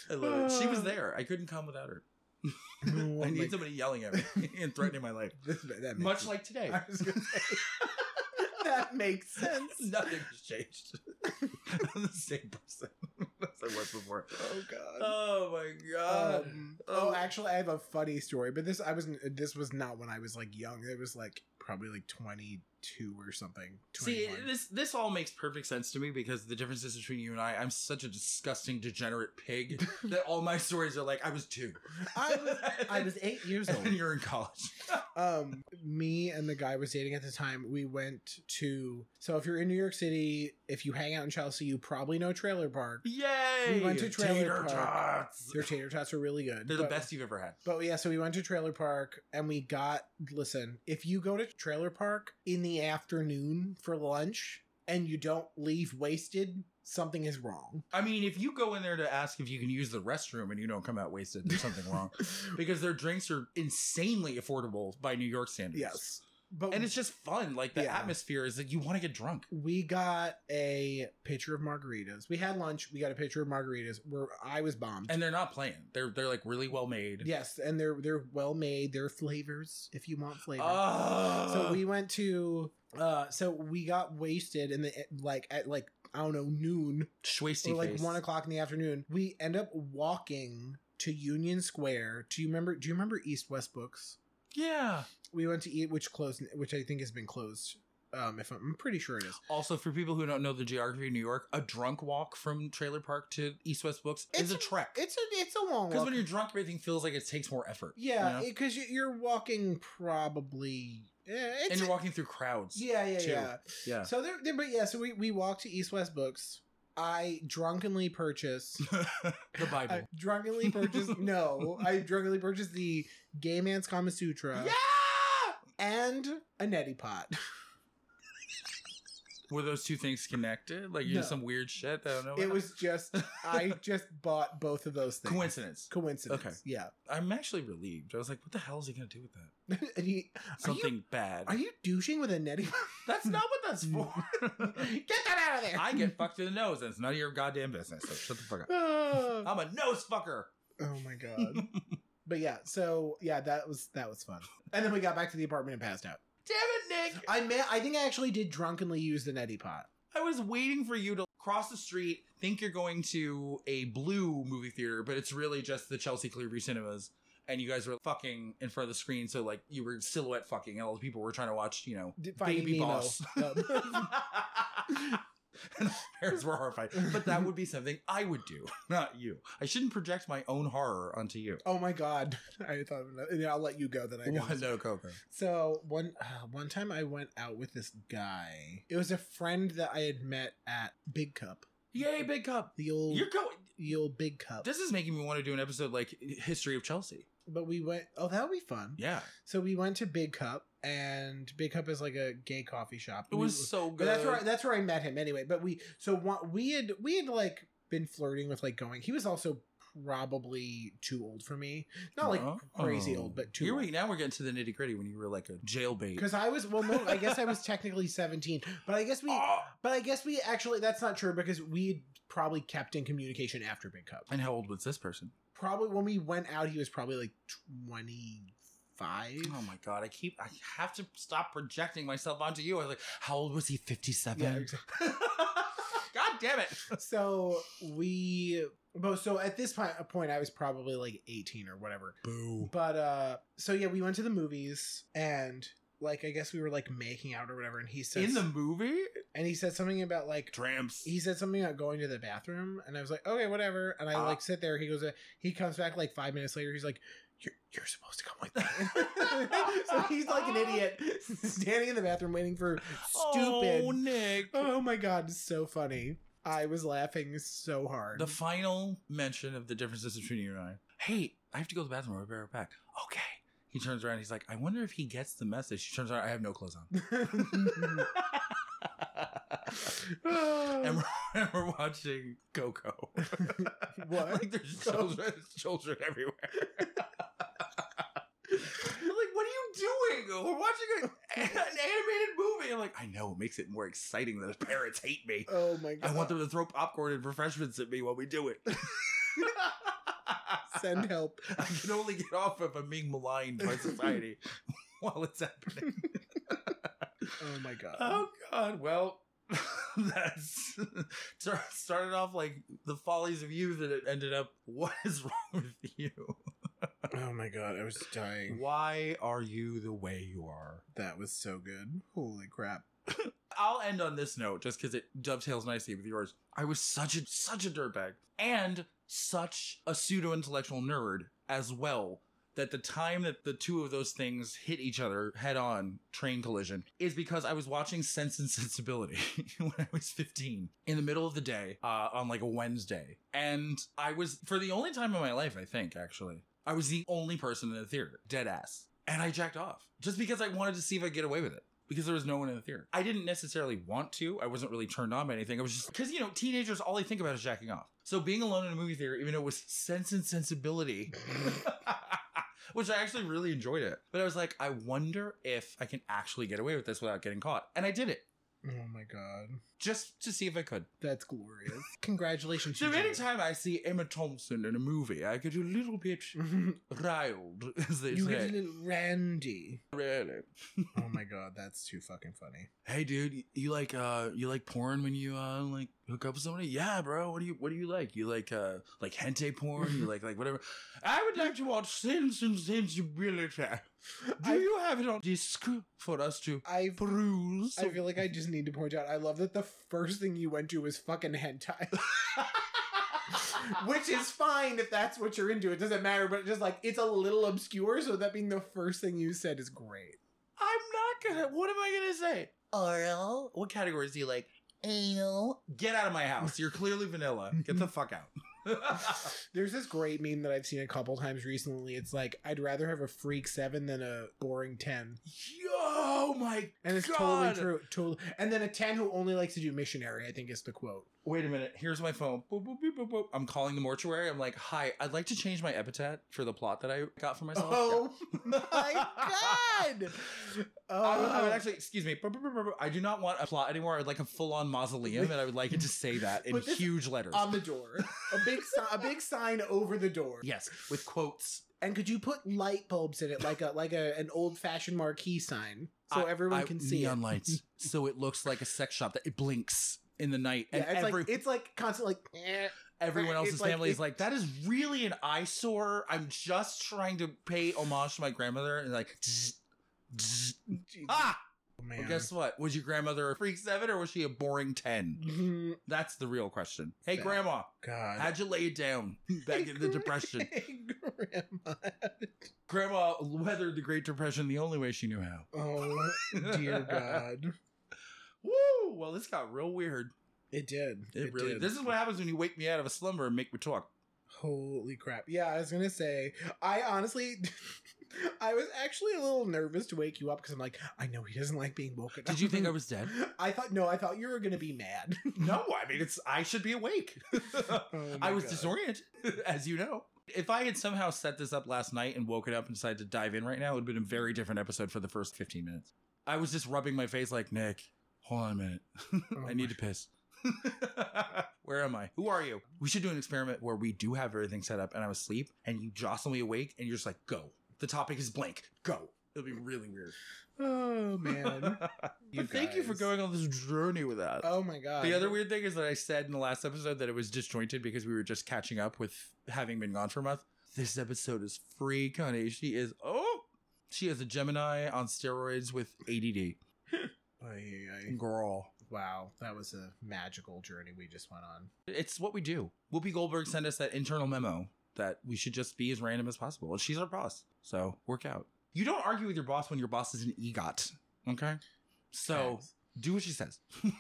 A: I love it. She was there. I couldn't come without her.
D: Oh
A: I
D: my-
A: need somebody yelling at me and threatening my life.
D: This- that
A: Much
D: makes-
A: like today.
D: I was gonna say, that makes sense.
A: Nothing has changed. I'm the same person as I was before.
D: Oh god.
A: Oh my god.
D: Um,
A: oh.
D: oh, actually, I have a funny story, but this I was not this was not when I was like young. It was like probably like twenty two or something.
A: See,
D: 21.
A: this this all makes perfect sense to me because the differences between you and I, I'm such a disgusting degenerate pig that all my stories are like I was two.
D: I was I was eight years old.
A: and you're in college.
D: um me and the guy I was dating at the time we went to so if you're in new york city if you hang out in chelsea you probably know trailer park
A: Yay!
D: We went to Trailer
A: Tater
D: Park.
A: tots.
D: their tater tots are really good
A: They're the
D: but-
A: best you've ever had.
D: but yeah so we went to trailer park and we got listen if you go to trailer park in the afternoon for lunch and you don't leave wasted something is wrong
A: I mean, if you go in there to ask if you can use the restroom and you don't come out wasted, there's something wrong. Because their drinks are insanely affordable by New York standards.
D: yes but
A: And it's just fun. Like the
D: Yeah.
A: atmosphere is that you want to get drunk.
D: we got a pitcher of margaritas. We had lunch. We got a pitcher of margaritas. Where I was bombed.
A: And they're not playing. They're they're like really well made.
D: Yes, and they're they're well made. They're flavors if you want flavor.
A: Oh.
D: so we went to uh so we got wasted in the eh, like at like I don't know noon
A: Schwasty
D: or like
A: face.
D: one o'clock in the afternoon. We end up walking to Union Square. Do you remember? Do you remember East West Books?
A: Yeah.
D: We went to eat, which closed, which I think has been closed. Um, if I'm, I'm pretty sure it is.
A: Also, for people who don't know the geography of New York, a drunk walk from Trailer Park to East West Books
D: It's
A: is a trek.
D: It's a it's a long
A: Because
D: walk.
A: when you're drunk, everything feels like it takes more effort.
D: yeah,
A: you know?
D: because you you're walking probably. eh, it's
A: and
D: a-
A: you're walking through crowds.
D: yeah, yeah,
A: too.
D: yeah.
A: Yeah.
D: So there, there, but yeah, so we, we walked to East West Books. I drunkenly purchased.
A: the Bible.
D: I drunkenly purchased. no, I drunkenly purchased the Gay Man's Kama Sutra and a neti pot.
A: Were those two things connected? Like you did
D: No.
A: some weird shit? I don't know.
D: It was just I just bought both of those things.
A: coincidence.
D: Coincidence.
A: Okay.
D: Yeah.
A: I'm actually relieved. I was like, what the hell is he gonna do with that?
D: and he, are
A: Something
D: you
A: bad.
D: are you douching with a neti pot?
A: that's not what that's for.
D: Get that out of there.
A: I get fucked in the nose, and it's none of your goddamn business. So shut the fuck up.
D: Ah.
A: I'm a nose fucker.
D: Oh my god. but yeah, so yeah, that was that was fun. And then we got back to the apartment and passed out.
A: Damn it, Nick!
D: I may, I think I actually did drunkenly use the neti pot.
A: I was waiting for you to cross the street, think you're going to a blue movie theater, but it's really just the Chelsea Clearview Cinemas. And you guys were fucking in front of the screen, so like you were silhouette fucking, and all the people were trying to watch, you know,
D: Did- Finding
A: Baby
D: Nemo.
A: Boss.
D: Um,
A: and our parents were horrified. But that would be something I would do, not you. I shouldn't project my own horror onto you.
D: oh my god. I thought of another- yeah, I'll let you go then I
A: One
D: guess.
A: no coco.
D: So one uh, one time I went out with this guy. It was a friend that I had met at Big Cup.
A: Yay, big cup.
D: The old
A: You're going.
D: the old Big Cup.
A: This is making me want to do an episode like history of Chelsea.
D: but we went oh that would be fun.
A: Yeah,
D: So we went to Big Cup and Big Cup is like a gay coffee shop.
A: it
D: We-
A: was so
D: But
A: good.
D: that's where I, that's where I met him anyway. But we so what we had we had like been flirting with like going. He was also probably too old for me. Not like crazy
A: Oh.
D: old, but too
A: Here we
D: old.
A: now we're getting to the nitty gritty when you were like a jailbait.
D: Because I was well, no, I guess I was technically seventeen. But I guess we,
A: Ah!
D: but I guess we actually that's not true because we probably kept in communication after Big Cup.
A: And how old was this person?
D: Probably when we went out, he was probably like twenty five.
A: Oh my god! I keep I have to stop projecting myself onto you. I was like, how old was he? Fifty seven.
D: Yeah, exactly.
A: god damn it!
D: So we, but so at this point, point I was probably like eighteen or whatever.
A: Boo.
D: But uh so yeah, we went to the movies and like I guess we were like making out or whatever and he said
A: In the movie,
D: and he said something about like
A: tramps.
D: he said something about going to the bathroom and I was like, "Okay, whatever." And I
A: Ah.
D: like sit there. He goes uh, he comes back like 5 minutes later. He's like, "You're you're supposed to come with me." so he's like an idiot standing in the bathroom waiting for stupid.
A: Oh, Nick.
D: oh my god, it's so funny. I was laughing so hard.
A: The final mention of the differences between you and I. Hey, I have to go to the bathroom. I'll be right back. Okay. He turns around. He's like, I wonder if he gets the message. He turns around. I have no clothes on. and we're, and we're watching Coco.
D: What?
A: Like there's children, there's children everywhere. I'm like, what are you doing? We're watching a, an animated movie. I'm like, I know. It makes it more exciting that the parents hate me.
D: oh my god.
A: Uh, I want them to throw popcorn and refreshments at me while we do it.
D: Send help.
A: I can only get off if I'm being maligned by society while it's happening.
D: Oh my god.
A: oh God! Well, that's start- started off like the follies of youth, and it ended up what is wrong with you?
D: Oh my god, I was dying.
A: Why are you the way you are?
D: That was so good. Holy crap.
A: I'll end on this note just because it dovetails nicely with yours. I was such a such a dirtbag and such a pseudo intellectual nerd as well that the time that the two of those things hit each other head on train collision is because I was watching Sense and Sensibility when I was 15 in the middle of the day uh, on like a Wednesday and I was for the only time in my life I think actually I was the only person in the theater dead ass and I jacked off just because I wanted to see if I could get away with it because there was no one in the theater. I didn't necessarily want to. I wasn't really turned on by anything. I was just because you know teenagers, all they think about is jacking off. So being alone in a movie theater, even though it was Sense and Sensibility, which I actually really enjoyed it, but I was like, I wonder if I can actually get away with this without getting caught, and I did it
D: Oh my god.
A: just to see if I could.
D: That's glorious. Congratulations.
A: So
D: you did it.
A: anytime I see Emma Thompson in a movie, I get a little bit riled, as they
D: you
A: say.
D: get it in Randy.
A: Really.
D: Oh my god, that's too fucking funny.
A: hey dude y- you like uh you like porn when you uh like hook up with somebody yeah bro what do you what do you like you like uh like hentai porn you like like whatever i would like to watch sins and sensibility do
D: I-
A: you have it on disc for us to
D: I
A: peruse
D: I feel like I just need to point out I love that the first thing you went to was fucking hentai. Which is fine if that's what you're into. It doesn't matter, but just like it's a little obscure, so that being the first thing you said is great.
A: i'm not gonna what am i gonna say rl what categories do you like anal get out of my house you're clearly vanilla get the fuck out
D: There's this great meme that I've seen a couple times recently. It's like, I'd rather have a freak seven than a boring ten.
A: yo my
D: And it's
A: God.
D: totally true. Totally. And then a ten who only likes to do missionary, I think is the quote.
A: Wait a minute. Here's my phone. Boop, boop, boop, boop, boop. I'm calling the mortuary. I'm like, hi, I'd like to change my epithet for the plot that I got for myself.
D: Oh my
A: I
D: god! Oh,
A: I would, I would actually, excuse me, Boop, boop, boop, boop. I do not want a plot anymore. I'd like a full on mausoleum, and I would like it to say that in
D: But this- um
A: huge letters.
D: on the door, a big si- a big sign over the door.
A: yes, with quotes.
D: And could you put light bulbs in it, like a like a an old fashioned marquee sign, so
A: I-
D: everyone
A: I-
D: can see
A: Neon
D: it?
A: lights. so it looks like a sex shop that it blinks in the night.
D: Yeah,
A: And
D: it's
A: every,
D: like it's like constant like. eh.
A: everyone
D: it's
A: else's
D: like-
A: family is like, that is really an eyesore. I'm just trying to pay homage to my grandmother. And like,
D: Jesus.
A: ah!
D: Oh, man.
A: Well, guess what? Was your grandmother a freak seven or was she a boring ten?
D: Mhm.
A: That's the real question. Hey,
D: Sad.
A: grandma,
D: God.
A: how'd you lay it down back in the depression?
D: Grandma.
A: Grandma weathered the Great Depression the only way she knew how.
D: Oh dear God.
A: Woo! Well, this got real weird.
D: It did.
A: It, really.
D: did.
A: This is what happens when you wake me out of a slumber and make me talk.
D: Holy crap. Yeah, I was going to say, I honestly, I was actually a little nervous to wake you up because I'm like, I know he doesn't like being woken up.
A: Did you think I was dead?
D: I thought, no, I thought you were going to be mad.
A: no, I mean it's. I should be awake.
D: Oh my
A: I was
D: God.
A: disoriented, as you know. If I had somehow set this up last night and woken up and decided to dive in right now, it would have been a very different episode for the first 15 minutes. I was just rubbing my face like, Nick, hold on a minute. I need to piss. Oh where am I? Who are you? We should do an experiment where we do have everything set up and I'm asleep and you jostle me awake and you're just like, go. The topic is blank. Go. It'll be really weird.
D: Oh, man.
A: but thank you for
D: guys.
A: going on this journey with us.
D: Oh, my God.
A: The other weird thing is that I said in the last episode that it was disjointed because we were just catching up with having been gone for a month. This episode is freak, honey. She is oh, she is a Gemini on steroids with ADD.
D: Ay, ay, ay.
A: Girl,
D: Wow. That was a magical journey we just went on.
A: it's what we do. Whoopi Goldberg sent us that internal memo that we should just be as random as possible, and she's our boss, so work out. You don't argue with your boss when your boss is an EGOT, okay? So
D: Thanks.
A: do what she says.
D: Oh.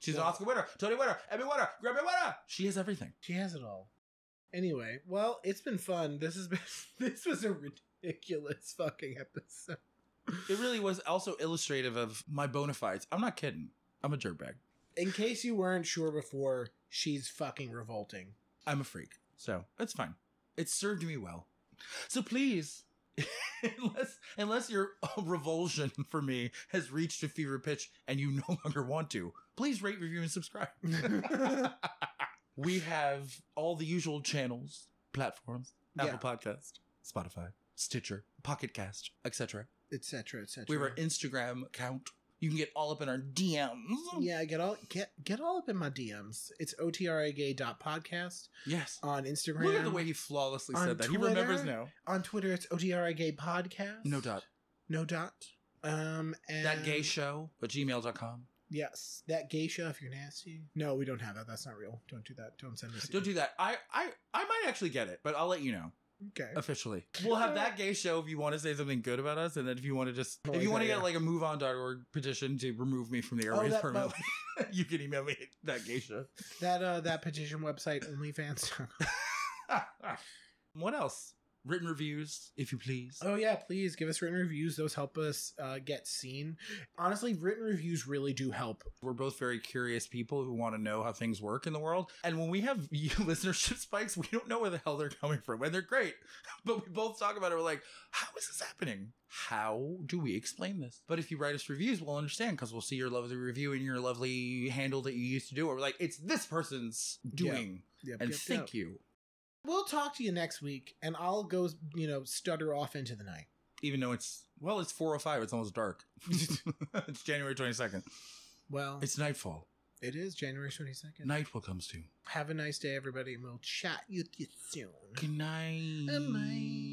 A: She's
D: Well-
A: an Oscar winner, Tony winner, Emmy winner, Grammy winner. She has everything.
D: She has it all. Anyway, well, it's been fun. This has been this was a ridiculous fucking episode.
A: It really was also illustrative of my bona fides. I'm not kidding. I'm a dirtbag.
D: In case you weren't sure before, she's fucking revolting.
A: I'm a freak. So it's fine. It served me well. So please, unless unless your revulsion for me has reached a fever pitch and you no longer want to, please rate, review, and subscribe. we have all the usual channels platforms Apple Podcast, Spotify, Stitcher, Pocket Cast, etc.
D: etc. etc.
A: We have our Instagram account. You can get all up in our DMs.
D: yeah, get all get get all up in my DMs. It's otragay.podcast
A: Yes.
D: on Instagram.
A: Look at the way he flawlessly
D: On
A: said that. He remembers
D: Twitter.
A: now.
D: on Twitter, it's otragay podcast.
A: No dot.
D: No dot. Um, and
A: That gay show at gmail.com.
D: Yes, that geisha. If you're nasty. No, we don't have that. That's not real. Don't do that. Don't send us.
A: Don't do that. I, I I might actually get it, but I'll let you know
D: e-, Okay.
A: officially. We'll have that gay show if you want to say something good about us, and then if you want to just
D: I
A: if
D: like
A: you want
D: that,
A: to get
D: Oh, yeah.
A: like a moveon.org petition to remove me from the
D: Oh,
A: airways
D: that-
A: permanently, you can email me at that gay show.
D: That uh, that petition website OnlyFans.
A: what else? Written reviews, if you please.
D: oh yeah, please give us written reviews. Those help us uh, get seen. Honestly, written reviews really do help.
A: We're both very curious people who want to know how things work in the world. And when we have listenership spikes, we don't know where the hell they're coming from. And they're great. But we both talk about it. We're like, how is this happening? How do we explain this? But if you write us reviews, we'll understand because we'll see your lovely review and your lovely handle that you used to do. Or we're like, it's this person's doing.
D: Yep,
A: And
D: yep,
A: thank
D: yep.
A: you.
D: We'll talk to you next week, and I'll go. You know, stutter off into the night.
A: Even though it's, well, it's 4.05. It's almost dark. it's January 22nd.
D: Well,
A: It's nightfall.
D: it is January twenty second.
A: Night will come soon.
D: Have a nice day, everybody, and we'll chat with you soon.
A: Good night.
D: Bye.